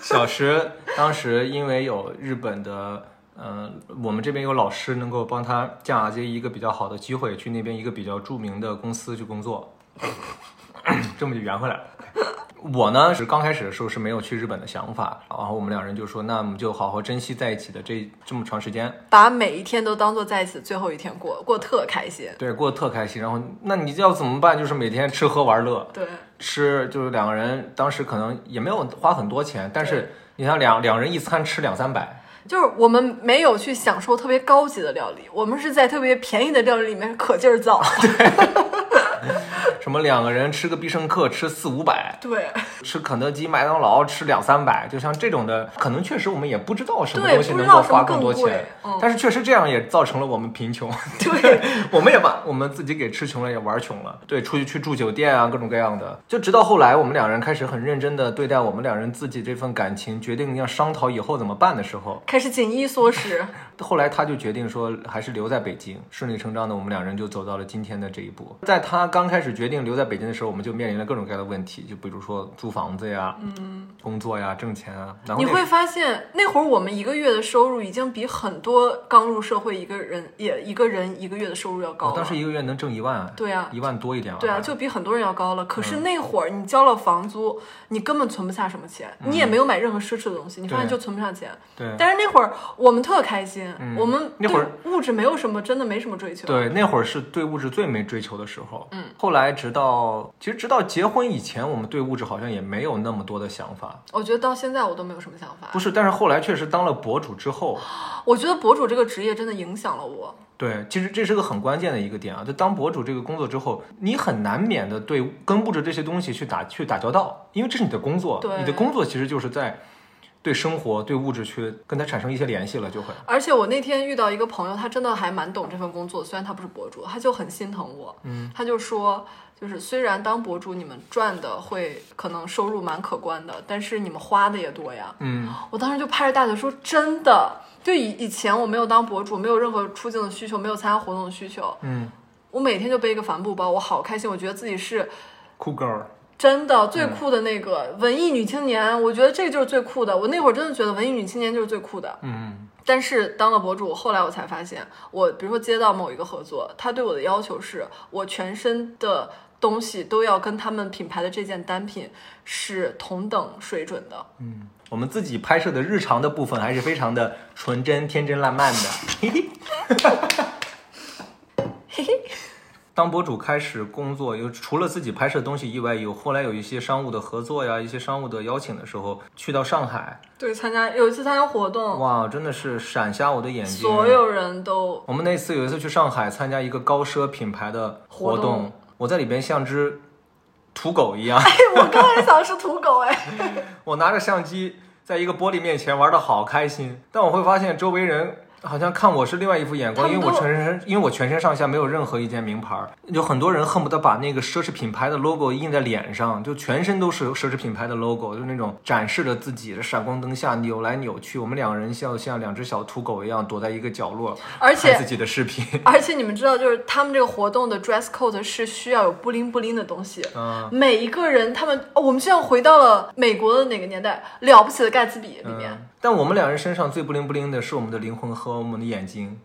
[SPEAKER 1] 小石当时因为有日本的，嗯、我们这边有老师能够帮他嫁接一个比较好的机会，去那边一个比较著名的公司去工作， 这么就圆回来了。我呢是刚开始的时候是没有去日本的想法，然后我们两人就说，那我们就好好珍惜在一起的这这么长时间，
[SPEAKER 2] 把每一天都当做在一起的最后一天过，过得特开心。
[SPEAKER 1] 对，过得特开心。然后那你要怎么办？就是每天吃喝玩乐，
[SPEAKER 2] 对，
[SPEAKER 1] 吃就是两个人当时可能也没有花很多钱，但是你像两两人一餐吃两三百，
[SPEAKER 2] 就是我们没有去享受特别高级的料理，我们是在特别便宜的料理里面可劲儿造。
[SPEAKER 1] 什么两个人吃个必胜客吃四五百，
[SPEAKER 2] 对。
[SPEAKER 1] 吃肯德基、麦当劳吃两三百，就像这种的，可能确实我们也不知道什么
[SPEAKER 2] 对
[SPEAKER 1] 东西
[SPEAKER 2] 不知
[SPEAKER 1] 能
[SPEAKER 2] 道
[SPEAKER 1] 够
[SPEAKER 2] 什么
[SPEAKER 1] 花更
[SPEAKER 2] 更
[SPEAKER 1] 多
[SPEAKER 2] 贵
[SPEAKER 1] 钱，
[SPEAKER 2] 嗯
[SPEAKER 1] 但是确实这样也造成了我们贫 穷。
[SPEAKER 2] 对，
[SPEAKER 1] 我们也把我们自己给吃穷了，也玩穷了。对，出去去住酒店啊，各种各样的。就直到后来，我们两人开始很认真的对待我们两人自己这份感情，决定要商讨以后怎么办的时候，
[SPEAKER 2] 开始紧衣缩食。
[SPEAKER 1] 后来他就决定说还是留在北京。顺理成章的，我们两人就走到了今天的这一步。在他刚开始决定留在北京的时候，我们就面临了各种各样的问题，就比如说租房子呀，嗯，工作呀，挣钱啊。然后
[SPEAKER 2] 你
[SPEAKER 1] 那
[SPEAKER 2] 会发现，那会儿我们一个月的收入已经比很多刚入社会一个人也一个人一个月的收入要高
[SPEAKER 1] 我哦
[SPEAKER 2] 了。
[SPEAKER 1] 当时一个月能挣一万，
[SPEAKER 2] 对啊
[SPEAKER 1] 一万多一点吧。
[SPEAKER 2] 对啊，就比很多人要高了。可
[SPEAKER 1] 嗯
[SPEAKER 2] 是那会儿你交了房租，你根本存不下什么钱，你也没有买任何奢侈的东西，你发现
[SPEAKER 1] 嗯对
[SPEAKER 2] 就存不下钱。
[SPEAKER 1] 对。嗯
[SPEAKER 2] 但是那会儿我们特开心，我们
[SPEAKER 1] 那
[SPEAKER 2] 对
[SPEAKER 1] 会儿
[SPEAKER 2] 物质没有什么真的没什么追求。
[SPEAKER 1] 对，那会儿是对物质最没追求的时候。嗯，后来直到其实直到结婚以前，我们对物质好像也没有那么多的想法。
[SPEAKER 2] 我觉得到现在我都没有什么想法
[SPEAKER 1] 不。是，但是后来确实当了博主之 后，
[SPEAKER 2] 我觉得博主这个职业真的影响了我。
[SPEAKER 1] 对，其实这是个很关键的一个点啊。就当博主这个工作之后，你很难免的对跟物质这些东西去打去打交道，因为这是你的工作，
[SPEAKER 2] 对
[SPEAKER 1] 你的工作其实就是在对生活、对物质去跟它产生一些联系了，就会。
[SPEAKER 2] 而且我那天遇到一个朋友，他真的还蛮懂这份工作，虽然他不是博主，他就很心疼我。嗯，他就说，就是虽然当博主你们赚的会可能收入蛮可观的，但是你们花的也多呀。
[SPEAKER 1] 嗯，
[SPEAKER 2] 我当时就拍着大腿说，真的，就以以前我没有当博主，没有任何出镜的需求，没有参加活动的需求，
[SPEAKER 1] 嗯，
[SPEAKER 2] 我每天就背一个帆布包，我好开心，我觉得自己是。
[SPEAKER 1] 酷 girl，
[SPEAKER 2] 真的最酷的那个、文艺女青年，我觉得这个就是最酷的。我那会儿真的觉得文艺女青年就是最酷的。
[SPEAKER 1] 嗯，
[SPEAKER 2] 但是当了博主，后来我才发现，我比如说接到某一个合作，他对我的要求是我全身的东西都要跟他们品牌的这件单品是同等水准的。
[SPEAKER 1] 我们自己拍摄的日常的部分还是非常的纯真、天真烂漫的。嘿嘿，当博主开始工作，有除了自己拍摄东西以外，有后来有一些商务的合作呀，一些商务的邀请的时候，去到上海，
[SPEAKER 2] 对，参加有一次参加活动，
[SPEAKER 1] 哇，真的是闪瞎我的眼睛。
[SPEAKER 2] 所有人都
[SPEAKER 1] 我们那次有一次去上海参加一个高奢品牌的活
[SPEAKER 2] 活动
[SPEAKER 1] 我在里边像只土狗一样，
[SPEAKER 2] 我刚才想是土狗 哎，
[SPEAKER 1] 我拿着相机在一个玻璃面前玩的好开心，但我会发现周围人好像看我是另外一副眼光，
[SPEAKER 2] 他
[SPEAKER 1] 因
[SPEAKER 2] 们
[SPEAKER 1] 为
[SPEAKER 2] 都
[SPEAKER 1] 我全身因为我全身上下没有任何一件名牌儿，有很多人恨不得把那个奢侈品牌的 logo 印在脸上，就全身都是奢侈品牌的 logo，就那种展示着自己的闪光灯下扭来扭去，我们两个人像像两只小土狗一样躲在一个角落
[SPEAKER 2] 而
[SPEAKER 1] 拍
[SPEAKER 2] 且
[SPEAKER 1] 自己的视频。
[SPEAKER 2] 而且你们知道，就是他们这个活动的 dress code 是需要有布灵布灵的东西。
[SPEAKER 1] 嗯，
[SPEAKER 2] 每一个人，他们、哦我们就像回到了美国的哪个年代，《了不起的盖茨比》里面，
[SPEAKER 1] 嗯但我们两人身上最不灵不灵的是我们的灵魂和我们的眼 睛。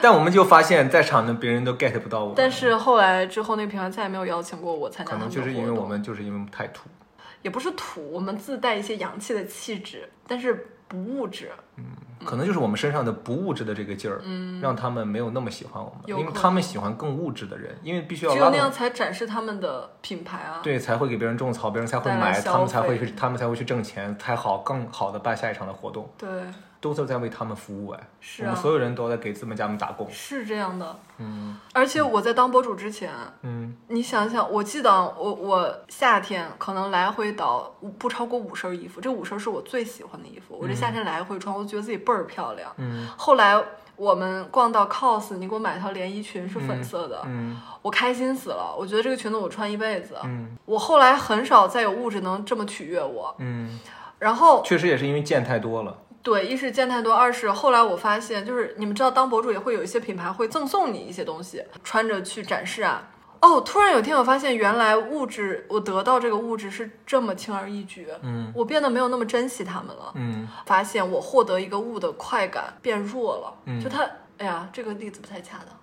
[SPEAKER 1] 但我们就发现，在场的别人都 get 不到我，
[SPEAKER 2] 但是后来之后，那个品牌再也没有邀请过我参加
[SPEAKER 1] 可
[SPEAKER 2] 他
[SPEAKER 1] 能
[SPEAKER 2] 们的
[SPEAKER 1] 就
[SPEAKER 2] 活
[SPEAKER 1] 是
[SPEAKER 2] 动。
[SPEAKER 1] 因为我们就是因为太土。
[SPEAKER 2] 也不是土，我们自带一些洋气的气质，但是不物质。嗯
[SPEAKER 1] 可能就是我们身上的不物质的这个劲儿，嗯，让他们没有那么喜欢我们，
[SPEAKER 2] 有
[SPEAKER 1] 因为
[SPEAKER 2] 可
[SPEAKER 1] 他们喜欢更物质的人，因为必须要
[SPEAKER 2] 只
[SPEAKER 1] 拉
[SPEAKER 2] 有那样
[SPEAKER 1] 动，
[SPEAKER 2] 才展示他们的品牌啊。
[SPEAKER 1] 对，才会给别人种草，别人才会
[SPEAKER 2] 带来
[SPEAKER 1] 买，
[SPEAKER 2] 消
[SPEAKER 1] 他们才会
[SPEAKER 2] 费
[SPEAKER 1] 去，他们才会去挣钱，才好更好的办下一场的活动，
[SPEAKER 2] 对，
[SPEAKER 1] 都是在为他们服务哎，
[SPEAKER 2] 是
[SPEAKER 1] 我
[SPEAKER 2] 啊
[SPEAKER 1] 们所有人都在给资本家们打工，
[SPEAKER 2] 是这样的。
[SPEAKER 1] 嗯
[SPEAKER 2] 而且我在当博主之前，
[SPEAKER 1] 嗯
[SPEAKER 2] 你想想，我记得我我夏天可能来回倒不超过五身衣服，这五身是我最喜欢的衣服，我这夏天来回穿，我觉得自己倍儿漂亮。
[SPEAKER 1] 嗯
[SPEAKER 2] 后来我们逛到 COS，你给我买条连衣裙是粉色的，
[SPEAKER 1] 嗯
[SPEAKER 2] 我开心死了，我觉得这个裙子我穿一辈子。
[SPEAKER 1] 嗯
[SPEAKER 2] 我后来很少再有物质能这么取悦我，
[SPEAKER 1] 嗯，
[SPEAKER 2] 然后
[SPEAKER 1] 确实也是因为见太多了，
[SPEAKER 2] 对，一是见太多，二是后来我发现，就是你们知道，当博主也会有一些品牌会赠送你一些东西，穿着去展示啊。哦，突然有一天我发现，原来物质我得到这个物质是这么轻而易举，
[SPEAKER 1] 嗯
[SPEAKER 2] 我变得没有那么珍惜它们了。
[SPEAKER 1] 嗯
[SPEAKER 2] 发现我获得一个物的快感变弱了，
[SPEAKER 1] 嗯
[SPEAKER 2] 就它，哎呀，这个例子不太恰当。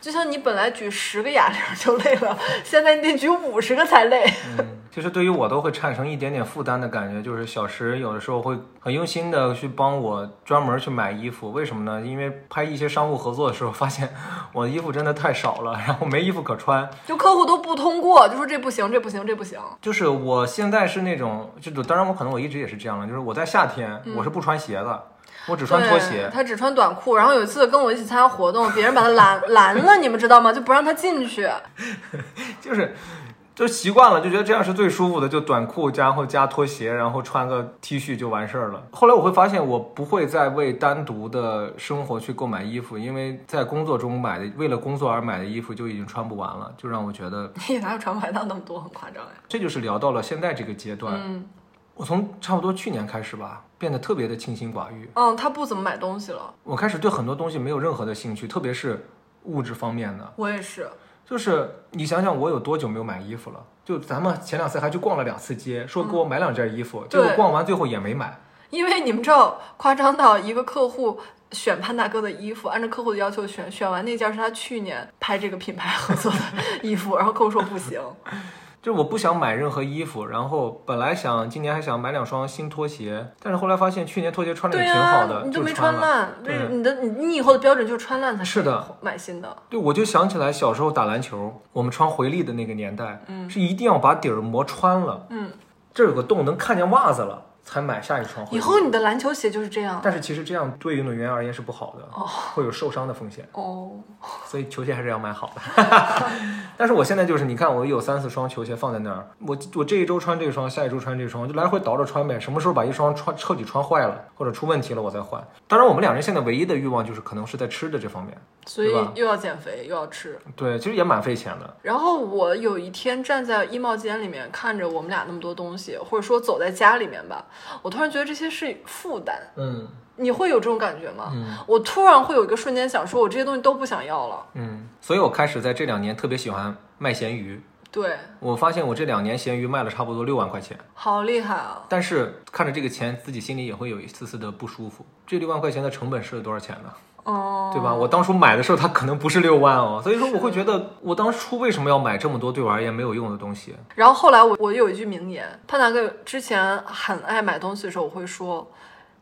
[SPEAKER 2] 就像你本来举十个哑铃儿就累了，现在你得举五十个才累。
[SPEAKER 1] 嗯，其实对于我都会产生一点点负担的感觉，就是小石有的时候会很用心的去帮我专门去买衣服，为什么呢？因为拍一些商务合作的时候，发现我的衣服真的太少了，然后没衣服可穿。
[SPEAKER 2] 就客户都不通过，就说这不行，这不行，这不行。
[SPEAKER 1] 就是我现在是那种，就当然我可能我一直也是这样的，就是我在夏天我是不穿鞋的，我只穿拖鞋
[SPEAKER 2] 嗯对。他只穿短裤。然后有一次跟我一起参加活动，别人把他拦拦了，你们知道吗？就不让他进去。
[SPEAKER 1] 就是就习惯了，就觉得这样是最舒服的，就短裤加然后加拖鞋，然后穿个 T 恤就完事儿了。后来我会发现，我不会再为单独的生活去购买衣服，因为在工作中买的，为了工作而买的衣服就已经穿不完了，就让我觉得
[SPEAKER 2] 你哪有传外到那么多，很夸张哎。
[SPEAKER 1] 这就是聊到了现在这个阶段。
[SPEAKER 2] 嗯
[SPEAKER 1] 我从差不多去年开始吧，变得特别的清心寡欲，
[SPEAKER 2] 嗯，他不怎么买东西了。
[SPEAKER 1] 我开始对很多东西没有任何的兴趣，特别是物质方面的。
[SPEAKER 2] 我也是，
[SPEAKER 1] 就是你想想，我有多久没有买衣服了？就咱们前两次还去逛了两次街，说给我买两件衣服，结
[SPEAKER 2] 嗯对
[SPEAKER 1] 果逛完最后也没买。
[SPEAKER 2] 因为你们知道，夸张到一个客户选潘大哥的衣服，按照客户的要求选，选完那件是他去年拍这个品牌合作的衣服，然后客户说不行。
[SPEAKER 1] 就是我不想买任何衣服，然后本来想今年还想买两双新拖鞋，但是后来发现去年拖鞋穿着也
[SPEAKER 2] 对
[SPEAKER 1] 挺
[SPEAKER 2] 呀、
[SPEAKER 1] 好的，
[SPEAKER 2] 你都
[SPEAKER 1] 就
[SPEAKER 2] 没
[SPEAKER 1] 穿了。
[SPEAKER 2] 烂，为
[SPEAKER 1] 对
[SPEAKER 2] 你的你你以后的标准就是穿烂才
[SPEAKER 1] 是的
[SPEAKER 2] 买新的。
[SPEAKER 1] 对，我就想起来小时候打篮球，我们穿回力的那个年代，是一定要把底儿磨穿了，
[SPEAKER 2] 嗯，
[SPEAKER 1] 这儿有个洞能看见袜子了，才买下一双回力。
[SPEAKER 2] 以后你的篮球鞋就是这样。
[SPEAKER 1] 但是其实这样对运动员而言是不好的，会有受伤的风险。
[SPEAKER 2] 哦，
[SPEAKER 1] 所以球鞋还是要买好的。 但是我现在就是，你看我有三四双球鞋放在那儿，我我这一周穿这双，下一周穿这双，我就来回倒着穿呗。什么时候把一双穿彻底穿坏了，或者出问题了，我再换。当然，我们两人现在唯一的欲望就是可能是在吃的这方面。
[SPEAKER 2] 所以
[SPEAKER 1] 对吧
[SPEAKER 2] 又要减肥又要吃。
[SPEAKER 1] 对，其实也蛮费钱的。
[SPEAKER 2] 然后我有一天站在衣帽间里面看着我们俩那么多东西，或者说走在家里面吧，我突然觉得这些是负担。
[SPEAKER 1] 嗯
[SPEAKER 2] 你会有这种感觉吗？
[SPEAKER 1] 嗯
[SPEAKER 2] 我突然会有一个瞬间想说，我这些东西都不想要了。
[SPEAKER 1] 嗯，所以我开始在这两年特别喜欢卖咸鱼。
[SPEAKER 2] 对，
[SPEAKER 1] 我发现我这两年闲鱼卖了差不多六万块钱，
[SPEAKER 2] 好厉害啊！
[SPEAKER 1] 但是看着这个钱，自己心里也会有一丝丝的不舒服。这六万块钱的成本是多少钱呢？
[SPEAKER 2] 哦，
[SPEAKER 1] 对吧？我当初买的时候，它可能不是六万哦，所以说我会觉得，我当初为什么要买这么多对我而言没有用的东西？
[SPEAKER 2] 然后后来我我有一句名言，潘大哥之前很爱买东西的时候，我会说，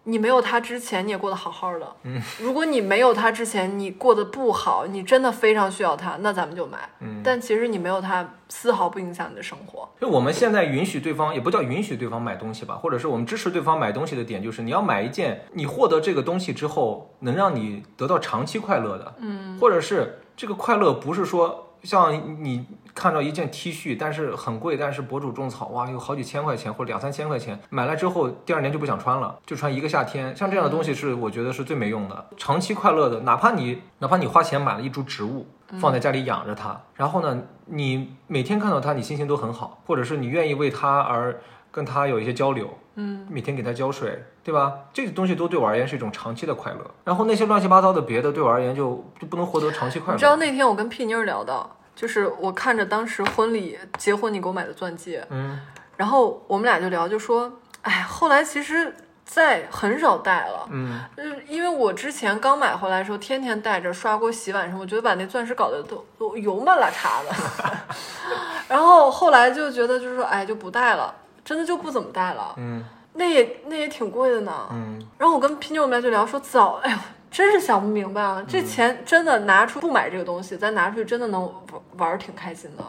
[SPEAKER 2] 你没有他之前你也过得好好的，嗯，如果你没有他之前你过得不好，你真的非常需要他，那咱们就买，嗯，但其实你没有他丝毫不影响你的生活，
[SPEAKER 1] 就我们现在允许对方，也不叫允许对方买东西吧，或者是我们支持对方买东西的点，就是你要买一件你获得这个东西之后，能让你得到长期快乐的，嗯，或者是这个快乐不是说像你看到一件 T 恤，但是很贵，但是博主种草，哇，有好几千块钱或者两三千块钱，买来之后第二年就不想穿了，就穿一个夏天，像这样的东西是我觉得是最没用的。长期快乐的，哪怕你哪怕你花钱买了一株植物，放在家里养着它，然后呢，你每天看到它，你心情都很好，或者是你愿意为它而跟它有一些交流，嗯，每天给它浇水，对吧？这些东西都对我而言是一种长期的快乐。然后那些乱七八糟的别的，对我而言就就不能获得长期快
[SPEAKER 2] 你知道
[SPEAKER 1] 乐。
[SPEAKER 2] 那天我跟屁妞儿聊到，就是我看着当时婚礼结婚你给我买的钻戒，
[SPEAKER 1] 嗯，
[SPEAKER 2] 然后我们俩就聊，就说，哎，后来其实。再很少戴了，
[SPEAKER 1] 嗯，
[SPEAKER 2] 就是因为我之前刚买回来的时候，天天戴着刷锅洗碗什么，我觉得把那钻石搞得都都油嘛拉碴的。 然后后来就觉得就是说，哎，就不戴了，真的就不怎么戴了。
[SPEAKER 1] 嗯
[SPEAKER 2] 那也那也挺贵的呢。
[SPEAKER 1] 嗯，
[SPEAKER 2] 然后我跟拼妞我们俩就聊说早，哎呦，真是想不明白啊，
[SPEAKER 1] 嗯
[SPEAKER 2] 这钱真的拿出不买这个东西，咱拿出去真的能玩玩儿挺开心的。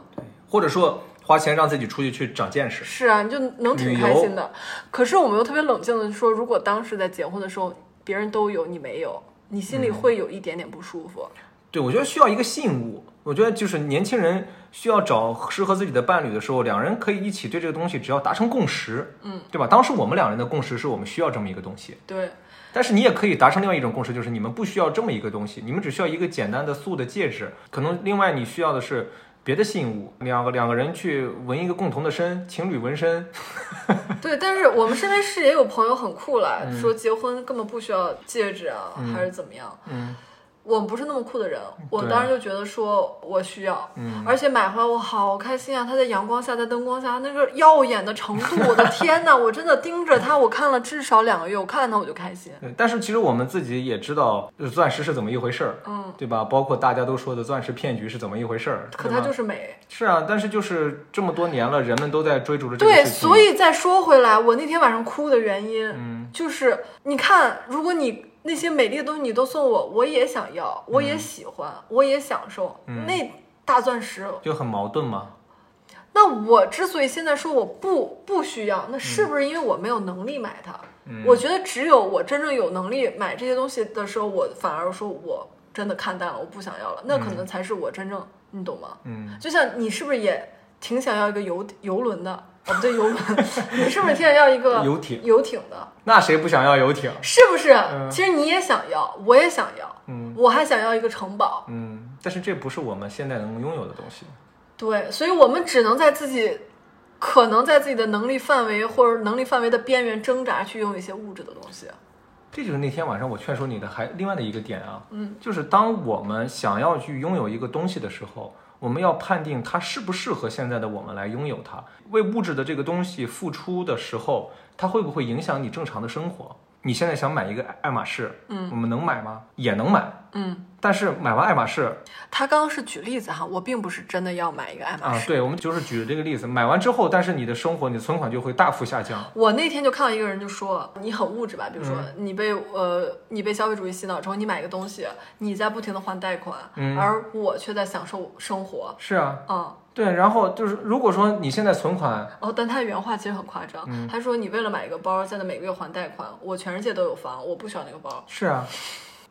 [SPEAKER 1] 或者说花钱让自己出去去长见识。
[SPEAKER 2] 是啊，你就能挺
[SPEAKER 1] 旅
[SPEAKER 2] 开
[SPEAKER 1] 游
[SPEAKER 2] 心的。可是我们又特别冷静的说，如果当时在结婚的时候，别人都有，你没有，你心
[SPEAKER 1] 嗯
[SPEAKER 2] 里会有一点点不舒服。
[SPEAKER 1] 对，我觉得需要一个信物。我觉得就是年轻人需要找适合自己的伴侣的时候，两人可以一起对这个东西，只要达成共识，嗯，对吧？当时我们两人的共识是我们需要这么一个东西，
[SPEAKER 2] 对，
[SPEAKER 1] 但是你也可以达成另外一种共识，就是你们不需要这么一个东西，你们只需要一个简单的素的戒指。可能另外你需要的是别的信物，两个两个人去纹一个共同的身，情侣纹身。
[SPEAKER 2] 对，但是我们身边是也有朋友很酷啦，
[SPEAKER 1] 嗯
[SPEAKER 2] 说结婚根本不需要戒指啊，还是怎么样。
[SPEAKER 1] 嗯，
[SPEAKER 2] 我不是那么酷的人，我
[SPEAKER 1] 对
[SPEAKER 2] 当时就觉得说我需要，
[SPEAKER 1] 嗯
[SPEAKER 2] 而且买回来我好开心啊！它在阳光下，在灯光下，那个耀眼的程度，我的天呐，我真的盯着它，我看了至少两个月，我看到它我就开心。
[SPEAKER 1] 对但是其实我们自己也知道呃钻石是怎么一回事儿，
[SPEAKER 2] 嗯，
[SPEAKER 1] 对吧？包括大家都说的钻石骗局是怎么一回事儿，
[SPEAKER 2] 可
[SPEAKER 1] 对
[SPEAKER 2] 它
[SPEAKER 1] 吧
[SPEAKER 2] 就是美，
[SPEAKER 1] 是啊，但是就是这么多年了，人们都在追逐着这个
[SPEAKER 2] 对，
[SPEAKER 1] 事情。
[SPEAKER 2] 所以再说回来，我那天晚上哭的原因，
[SPEAKER 1] 嗯
[SPEAKER 2] 就是你看，如果你那些美丽的东西你都送我，我也想要，我也喜欢，我也享受，
[SPEAKER 1] 嗯
[SPEAKER 2] 那大钻石，
[SPEAKER 1] 就很矛盾嘛。
[SPEAKER 2] 那我之所以现在说我不不需要，那是不是因为我没有能力买它？
[SPEAKER 1] 嗯
[SPEAKER 2] 我觉得只有我真正有能力买这些东西的时候，我反而说我真的看淡了，我不想要了，那可能才是我真正，你懂吗？
[SPEAKER 1] 嗯，
[SPEAKER 2] 就像你是不是也挺想要一个游游轮的？哦，不对，游轮， 你是不是挺想要一个
[SPEAKER 1] 游艇
[SPEAKER 2] 游艇的，
[SPEAKER 1] 那谁不想要游艇？
[SPEAKER 2] 是不是？其实你也想要，我也想要，
[SPEAKER 1] 嗯
[SPEAKER 2] 我还想要一个城堡。
[SPEAKER 1] 嗯，但是这不是我们现在能拥有的东西。
[SPEAKER 2] 对，所以我们只能在自己可能在自己的能力范围或者能力范围的边缘挣扎，去用一些物质的东西。
[SPEAKER 1] 这就是那天晚上我劝说你的还另外的一个点啊，嗯，就是当我们想要去拥有一个东西的时候，我们要判定它适不适合现在的我们来拥有它。为物质的这个东西付出的时候，它会不会影响你正常的生活？你现在想买一个爱爱马仕，嗯，我们能买吗？也能买，
[SPEAKER 2] 嗯，
[SPEAKER 1] 但是买完爱马仕
[SPEAKER 2] 他刚刚是举例子哈，我并不是真的要买一个爱马
[SPEAKER 1] 啊，
[SPEAKER 2] 仕。
[SPEAKER 1] 对，我们就是举这个例子，买完之后，但是你的生活，你的存款就会大幅下降。
[SPEAKER 2] 我那天就看到一个人就说你很物质吧，比如说你被、呃你被消费主义洗脑之后，你买一个东西，你在不停的还贷款，而我却在享受生活。
[SPEAKER 1] 是啊，
[SPEAKER 2] 嗯，
[SPEAKER 1] 对，然后就是如果说你现在存款
[SPEAKER 2] 哦，但他原话其实很夸张，他说你为了买一个包，在那每个月还贷款，我全世界都有房，我不需要那个包。
[SPEAKER 1] 是啊，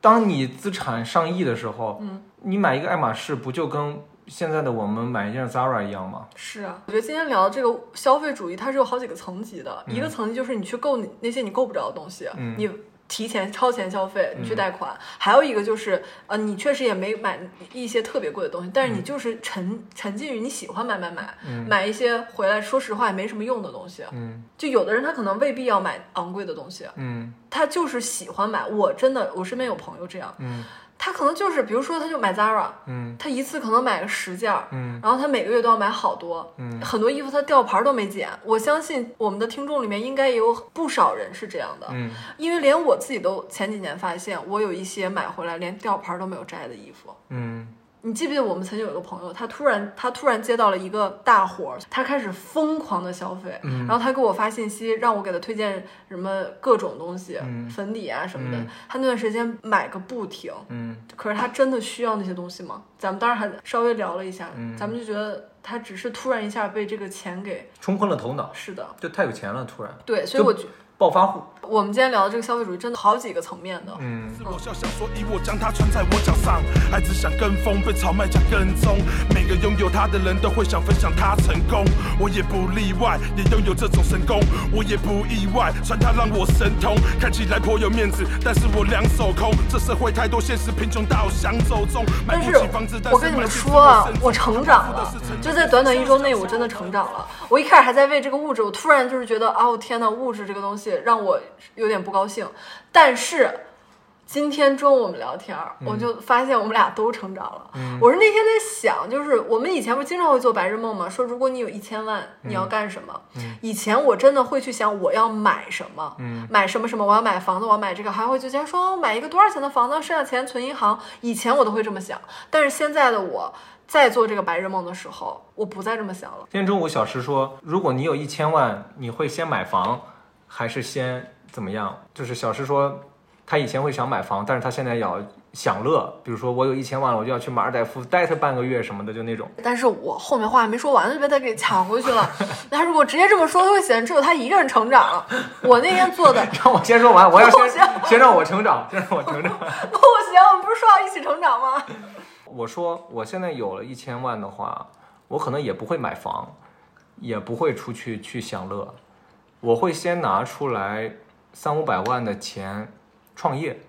[SPEAKER 1] 当你资产上亿的时候，嗯，你买一个爱马仕不就跟现在的我们买一件 Zara 一样吗？
[SPEAKER 2] 是啊，我觉得今天聊的这个消费主义，它是有好几个层级的。一个层级就是你去购你那些你购不着的东西，你提前超前消费，你去贷款；还有一个就是，呃，你确实也没买一些特别贵的东西，但是你就是沉、沉浸于你喜欢买买买，买一些回来说实话也没什么用的东西。
[SPEAKER 1] 嗯
[SPEAKER 2] 就有的人他可能未必要买昂贵的东西，
[SPEAKER 1] 嗯
[SPEAKER 2] 他就是喜欢买。我真的，我身边有朋友这样，
[SPEAKER 1] 嗯
[SPEAKER 2] 他可能就是，比如说，他就买 Zara，
[SPEAKER 1] 嗯
[SPEAKER 2] 他一次可能买个十件儿，
[SPEAKER 1] 嗯
[SPEAKER 2] 然后他每个月都要买好多，
[SPEAKER 1] 嗯
[SPEAKER 2] 很多衣服他吊牌儿都没剪。我相信我们的听众里面应该也有不少人是这样的，
[SPEAKER 1] 嗯，
[SPEAKER 2] 因为连我自己都前几年发现，我有一些买回来连吊牌儿都没有摘的衣服。
[SPEAKER 1] 嗯
[SPEAKER 2] 你记不记得我们曾经有一个朋友，他突然他突然接到了一个大活儿，他开始疯狂的消费，
[SPEAKER 1] 嗯
[SPEAKER 2] 然后他给我发信息，让我给他推荐什么各种东西，
[SPEAKER 1] 嗯
[SPEAKER 2] 粉底啊什么的。
[SPEAKER 1] 嗯
[SPEAKER 2] 他那段时间买个不停，
[SPEAKER 1] 嗯
[SPEAKER 2] 可是他真的需要那些东西吗？咱们当然还稍微聊了一下，
[SPEAKER 1] 嗯
[SPEAKER 2] 咱们就觉得他只是突然一下被这个钱给
[SPEAKER 1] 冲昏了头脑，
[SPEAKER 2] 是的，
[SPEAKER 1] 就太有钱了，突然
[SPEAKER 2] 对，所以
[SPEAKER 1] 就
[SPEAKER 2] 我觉
[SPEAKER 1] 暴发户，
[SPEAKER 2] 我们今天聊的这个消费主义真的好几个层面的，
[SPEAKER 1] 嗯
[SPEAKER 5] 自我肖像，所以我将它穿在我脚上。孩子想跟风，被炒卖家跟踪。每个拥有它的人都会想分享它成功，我也不例外，也拥有这种神功，我也不意外。穿它让我神通，看起来颇有面子，但是我两手空。这社会太多现实，贫穷到想走中。买
[SPEAKER 2] 但
[SPEAKER 5] 不
[SPEAKER 2] 是
[SPEAKER 5] 起房子，但
[SPEAKER 2] 我
[SPEAKER 5] 是
[SPEAKER 2] 跟你
[SPEAKER 5] 买
[SPEAKER 2] 们
[SPEAKER 5] 得起
[SPEAKER 2] 说啊
[SPEAKER 5] 自，我
[SPEAKER 2] 我
[SPEAKER 5] 身
[SPEAKER 2] 成长了，就在短短一周内，我真的成长了。我一开始还在为这个物质，我突然就是觉得，哦天呐，物质这个东西让我有点不高兴。但是今天中午我们聊天儿，我就发现我们俩都成长了。我是那天在想，就是我们以前不是经常会做白日梦吗？说如果你有一千万，你要干什么？以前我真的会去想我要买什么，买什么什么，我要买房子，我要买这个，还会就想说哦买一个多少钱的房子，剩下钱存银行。以前我都会这么想，但是现在的我在做这个白日梦的时候，我不再这么想了。
[SPEAKER 1] 今天中午，小石说，如果你有一千万，你会先买房，还是先怎么样？就是小石说，他以前会想买房，但是他现在要享乐，比如说我有一千万了，我就要去马尔代夫待他半个月什么的，就那种。
[SPEAKER 2] 但是我后面话还没说完，就被他给抢回去了。那他如果直接这么说，他会显得只有他一个人成长了。我那天做的
[SPEAKER 1] 让我先说完，我要
[SPEAKER 2] 我
[SPEAKER 1] 先
[SPEAKER 2] 先
[SPEAKER 1] 先让我成长，先让我成长。
[SPEAKER 2] 不行， 我们不是说要一起成长吗？
[SPEAKER 1] 我说我现在有了一千万的话，我可能也不会买房，也不会出去去享乐，我会先拿出来三五百万的钱创业，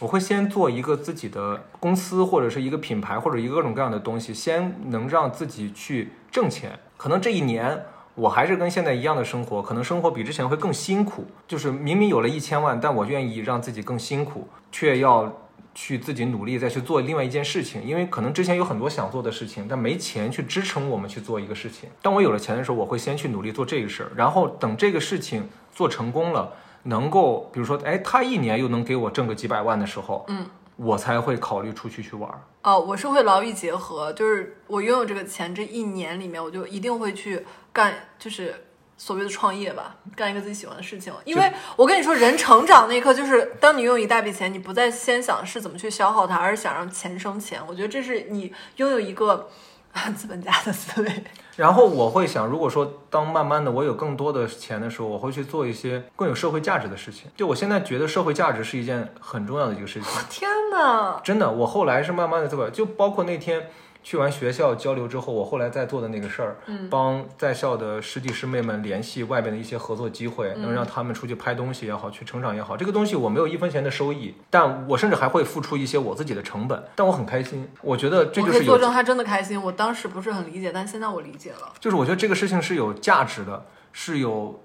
[SPEAKER 1] 我会先做一个自己的公司或者是一个品牌或者一个各种各样的东西，先能让自己去挣钱。可能这一年我还是跟现在一样的生活，可能生活比之前会更辛苦。就是明明有了一千万，但我愿意让自己更辛苦，却要去自己努力再去做另外一件事情，因为可能之前有很多想做的事情，但没钱去支撑我们去做一个事情。当我有了钱的时候，我会先去努力做这个事儿，然后等这个事情做成功了，能够比如说，哎，他一年又能给我挣个几百万的时候，嗯，我才会考虑出去去玩儿。
[SPEAKER 2] 哦，我是会劳逸结合，就是我拥有这个钱这一年里面，我就一定会去干，就是所谓的创业吧，干一个自己喜欢的事情。因为我跟你说，人成长那一刻，就是当你拥有一大笔钱，你不再先想是怎么去消耗它，而是想让钱生钱。我觉得这是你拥有一个 啊资本家的思维。
[SPEAKER 1] 然后我会想，如果说当慢慢的我有更多的钱的时候，我会去做一些更有社会价值的事情。就我现在觉得社会价值是一件很重要的一个事情。
[SPEAKER 2] 天哪！
[SPEAKER 1] 真的，我后来是慢慢的这个，就包括那天去完学校交流之后，我后来在做的那个事儿，
[SPEAKER 2] 嗯
[SPEAKER 1] 帮在校的师弟师妹们联系外面的一些合作机
[SPEAKER 2] 嗯
[SPEAKER 1] 会，能让他们出去拍东西也好，去成长也好。这个东西我没有一分钱的收益，但我甚至还会付出一些我自己的成本，但我很开心。我觉得这
[SPEAKER 2] 我
[SPEAKER 1] 就
[SPEAKER 2] 可以
[SPEAKER 1] 是
[SPEAKER 2] 作
[SPEAKER 1] 有，
[SPEAKER 2] 证，他真的开心。我当时不是很理解，但现在我理解了。
[SPEAKER 1] 就是我觉得这个事情是有价值的，是有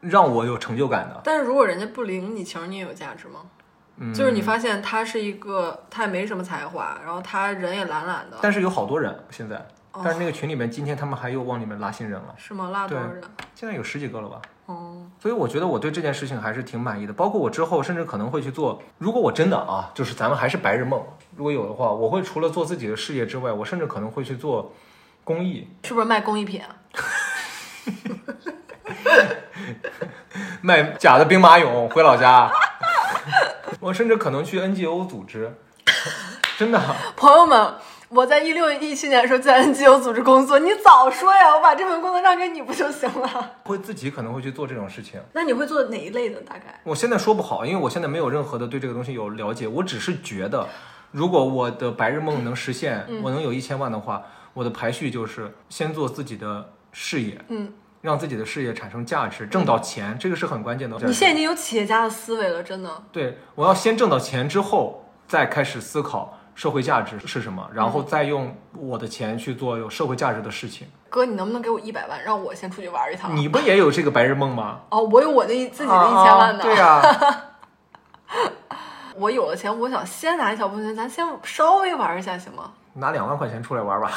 [SPEAKER 1] 让我有成就感的。
[SPEAKER 2] 但是如果人家不领你情，你也有价值吗？嗯、就是你发现他是一个，他也没什么才华，然后他人也懒懒的，
[SPEAKER 1] 但是有好多人现在，
[SPEAKER 2] 哦
[SPEAKER 1] 但是那个群里面今天他们还又往里面拉新人了。
[SPEAKER 2] 是吗？拉多少
[SPEAKER 1] 对
[SPEAKER 2] 人？
[SPEAKER 1] 现在有十几个了吧？
[SPEAKER 2] 哦，
[SPEAKER 1] 所以我觉得我对这件事情还是挺满意的，包括我之后甚至可能会去做。如果我真的啊，就是咱们还是白日梦，如果有的话，我会除了做自己的事业之外，我甚至可能会去做公益，
[SPEAKER 2] 是不是卖工艺品啊？
[SPEAKER 1] 卖假的兵马俑回老家。 我甚至可能去 NGO 组织，真的，啊
[SPEAKER 2] 朋友们，我在一六一七年的时候在 NGO 组织工作，你早说呀，我把这份工作让给你不就行了？
[SPEAKER 1] 会自己可能会去做这种事情。
[SPEAKER 2] 那你会做哪一类的？大概
[SPEAKER 1] 我现在说不好，因为我现在没有任何的对这个东西有了解，我只是觉得，如果我的白日梦能实现，
[SPEAKER 2] 嗯
[SPEAKER 1] 我能有一千万的话，我的排序就是先做自己的事业，
[SPEAKER 2] 嗯，
[SPEAKER 1] 让自己的事业产生价值，挣到钱，这个是很关键的。
[SPEAKER 2] 你现在已经有企业家的思维了，真的。
[SPEAKER 1] 对我要先挣到钱之后，再开始思考社会价值是什么，然
[SPEAKER 2] 嗯
[SPEAKER 1] 后再用我的钱去做有社会价值的事情。
[SPEAKER 2] 哥，你能不能给我一百万，让我先出去玩一趟？
[SPEAKER 1] 你不也有这个白日梦吗？
[SPEAKER 2] 啊
[SPEAKER 1] 啊
[SPEAKER 2] 哦，我有我的一自
[SPEAKER 1] 自
[SPEAKER 2] 己的一千万呢。
[SPEAKER 1] 对呀、
[SPEAKER 2] 我有了钱，我想先拿一小部分钱，咱先稍微玩一下，行吗？
[SPEAKER 1] 拿两万块钱出来玩吧，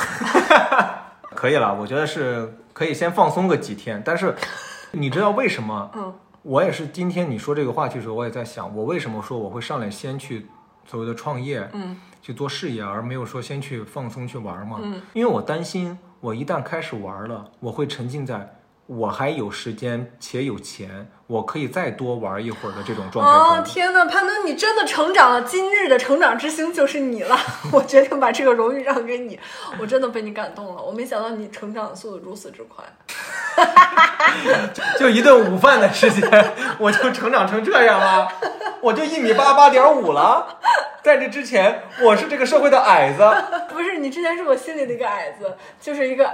[SPEAKER 1] 可以了，我觉得是可以先放松个几天。但是你知道为什么？
[SPEAKER 2] 嗯，
[SPEAKER 1] 我也是今天你说这个话题的时候，我也在想，我为什么说我会上来先去所谓的创业，
[SPEAKER 2] 嗯，
[SPEAKER 1] 去做事业，而没有说先去放松去玩嘛？
[SPEAKER 2] 嗯，
[SPEAKER 1] 因为我担心我一旦开始玩了，我会沉浸在。我还有时间且有钱，我可以再多玩一会儿的这种状态中。
[SPEAKER 2] 哦，天呐，潘顿，你真的成长了！今日的成长之星就是你了。 我决定把这个荣誉让给你，我真的被你感动了。我没想到你成长的速度如此之快。
[SPEAKER 1] 就一顿午饭的时间，我就成长成这样了，我就一米八八点五了。在这之前，我是这个社会的矮子。
[SPEAKER 2] 不是，你之前是我心里的一个矮子，就是一个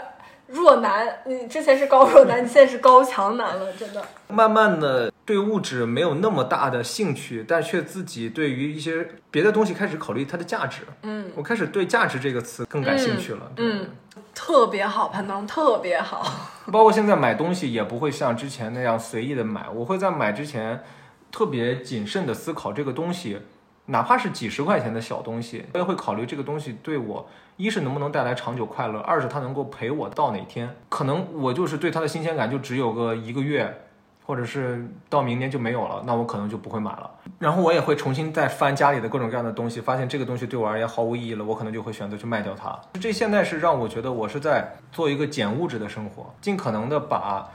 [SPEAKER 2] 弱男。你之前是高弱男，你现在是高强男了，真的。
[SPEAKER 1] 慢慢的，对物质没有那么大的兴趣，但却自己对于一些别的东西开始考虑它的价值。
[SPEAKER 2] 嗯，
[SPEAKER 1] 我开始对“价值”这个词更感兴趣了。
[SPEAKER 2] 嗯，特别好，潘东，特别好。
[SPEAKER 1] 对，包括现在买东西也不会像之前那样随意的买，我会在买之前特别谨慎的思考这个东西。哪怕是几十块钱的小东西，我也会考虑这个东西对我，一是能不能带来长久快乐，二是它能够陪我到哪天。可能我就是对它的新鲜感就只有个一个月，或者是到明年就没有了，那我可能就不会买了。然后我也会重新再翻家里的各种各样的东西，发现这个东西对我而言毫无意义了，我可能就会选择去卖掉它。这现在是让我觉得我是在做一个减物质的生活，尽可能的把。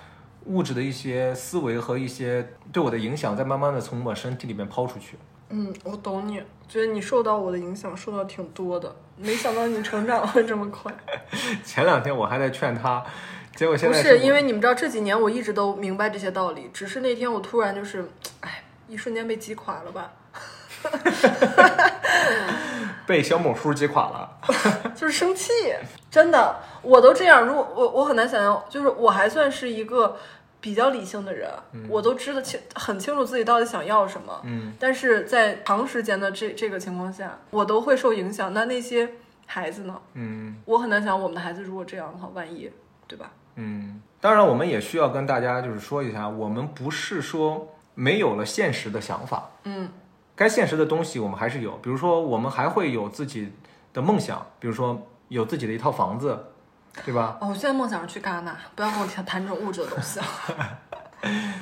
[SPEAKER 1] 物质的一些思维和一些对我的影响，在慢慢的从我身体里面抛出去。
[SPEAKER 2] 嗯，我懂你，觉得你受到我的影响受到挺多的，没想到你成长会这么快。
[SPEAKER 1] 前两天我还在劝他，结果现
[SPEAKER 2] 不
[SPEAKER 1] 在
[SPEAKER 2] 是
[SPEAKER 1] 我
[SPEAKER 2] 因为你们知道这几年我一直都明白这些道理，只是那天我突然就是，哎，一瞬间被击垮了吧，
[SPEAKER 1] 被小某叔击垮了。
[SPEAKER 2] 就是生气，真的，我都这样，如果我我很难想象，就是我还算是一个比较理性的人，我都知道清很清楚自己到底想要什么，
[SPEAKER 1] 嗯，
[SPEAKER 2] 但是在长时间的这这个情况下，我都会受影响。那那些孩子呢？
[SPEAKER 1] 嗯
[SPEAKER 2] 我很难想我们的孩子如果这样的话，万一对吧？
[SPEAKER 1] 嗯，当然我们也需要跟大家就是说一下，我们不是说没有了现实的想法，
[SPEAKER 2] 嗯
[SPEAKER 1] 该现实的东西我们还是有，比如说我们还会有自己的梦想，比如说有自己的一套房子，对吧？
[SPEAKER 2] 哦，我现在梦想是去戛纳，不要跟我谈谈这种物质的东西了。啊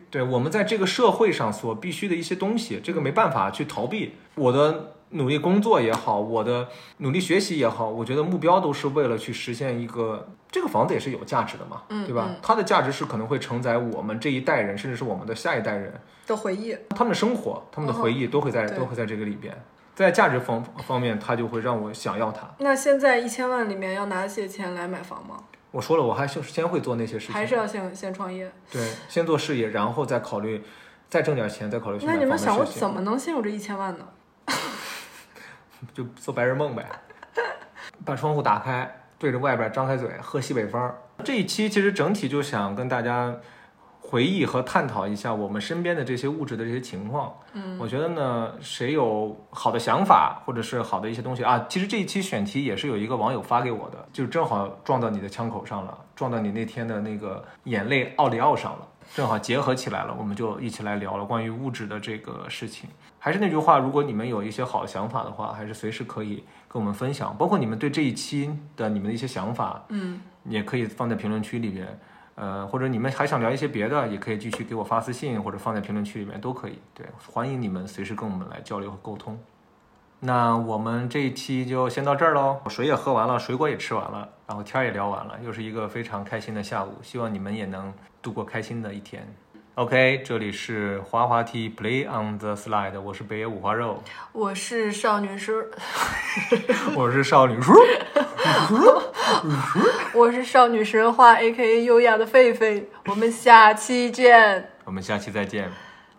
[SPEAKER 1] 对我们在这个社会上所必须的一些东西，这个没办法去逃避。我的努力工作也好，我的努力学习也好，我觉得目标都是为了去实现一个这个房子也是有价值的嘛，
[SPEAKER 2] 嗯
[SPEAKER 1] 对吧？
[SPEAKER 2] 嗯
[SPEAKER 1] 它的价值是可能会承载我们这一代人，甚至是我们的下一代人，
[SPEAKER 2] 的回忆，
[SPEAKER 1] 他们的生活、他们的回忆都会在、
[SPEAKER 2] 嗯对
[SPEAKER 1] 都会在这个里边。在价值方方面，它就会让我想要它。
[SPEAKER 2] 那现在一千万里面要拿些钱来买房吗？
[SPEAKER 1] 我说了，我还是先会做那些事情，
[SPEAKER 2] 还是要先先创业？
[SPEAKER 1] 对，先做事业，然后再考虑，再挣点钱，再考虑去买
[SPEAKER 2] 那
[SPEAKER 1] 房
[SPEAKER 2] 你
[SPEAKER 1] 的
[SPEAKER 2] 们
[SPEAKER 1] 事情。
[SPEAKER 2] 想过怎么能先有这一千万呢？
[SPEAKER 1] 就做白日梦呗， 把窗户打开，对着外边张开嘴喝西北风儿。这一期其实整体就想跟大家回忆和探讨一下我们身边的这些物质的这些情况。嗯，我觉得呢，谁有好的想法或者是好的一些东西啊，其实这一期选题也是有一个网友发给我的，就正好撞到你的枪口上了，撞到你那天的那个眼泪奥利奥上了。正好结合起来了，我们就一起来聊了关于物质的这个事情。还是那句话，如果你们有一些好想法的话，还是随时可以跟我们分享，包括你们对这一期的你们的一些想法，
[SPEAKER 2] 嗯，
[SPEAKER 1] 也可以放在评论区里边。呃，或者你们还想聊一些别的，也可以继续给我发私信，或者放在评论区里面都可以。对，欢迎你们随时跟我们来交流和沟通。那我们这一期就先到这儿喽，水也喝完了，水果也吃完了，然后天儿也聊完了，又是一个非常开心的下午，希望你们也能度过开心的一天。OK，这里是滑滑梯 Play on the Slide，我是北野五花 肉，
[SPEAKER 2] 我是少女时，
[SPEAKER 1] 我是少女叔，
[SPEAKER 2] 我是少女神话 A K A 优雅的狒狒，我们下期见，
[SPEAKER 1] 我们下期再见，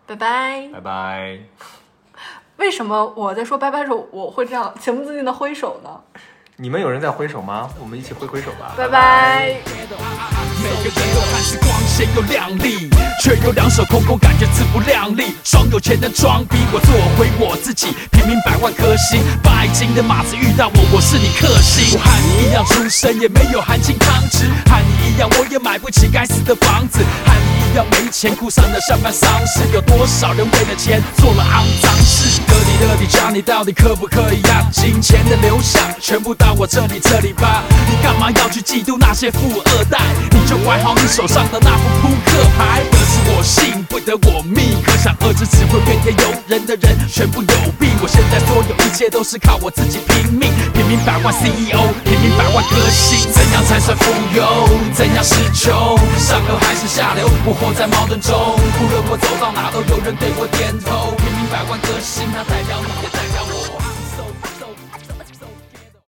[SPEAKER 2] 拜拜。
[SPEAKER 1] 拜拜。
[SPEAKER 2] 为什么我在说拜拜的时候我会这样情不自禁的挥手呢？
[SPEAKER 1] 你们有人在挥手吗？我们一起挥挥手吧。
[SPEAKER 2] 拜拜
[SPEAKER 6] 每个人都汗是光鲜又亮丽，却有两手空空，感觉自不量力。装有钱人装逼，我做回我自己，平民百万颗星，拜金的马子遇到我，我是你克星。我和你一样出身，也没有含金汤匙，和你一样。样，我也买不起该死的房子。和你一样没钱，哭丧着下班丧事。有多少人为了钱做了肮脏事？得体得体，家你到底可不可以呀、金钱的流向全部到我这里这里吧。你干嘛要去嫉妒那些富二代？你就怀好你手上的那副扑克牌。得是我幸，不得我命。可想而知，只会怨天尤人的人全部有病。我现在所有一切都是靠我自己拼命，平民百万 E CEO，平民百万歌星。怎样才算富有？怎样是穷？上流还是下流？我活在矛盾中。无论我走到哪，都有人对我点头。平民百万歌星，它代表你，也代表我。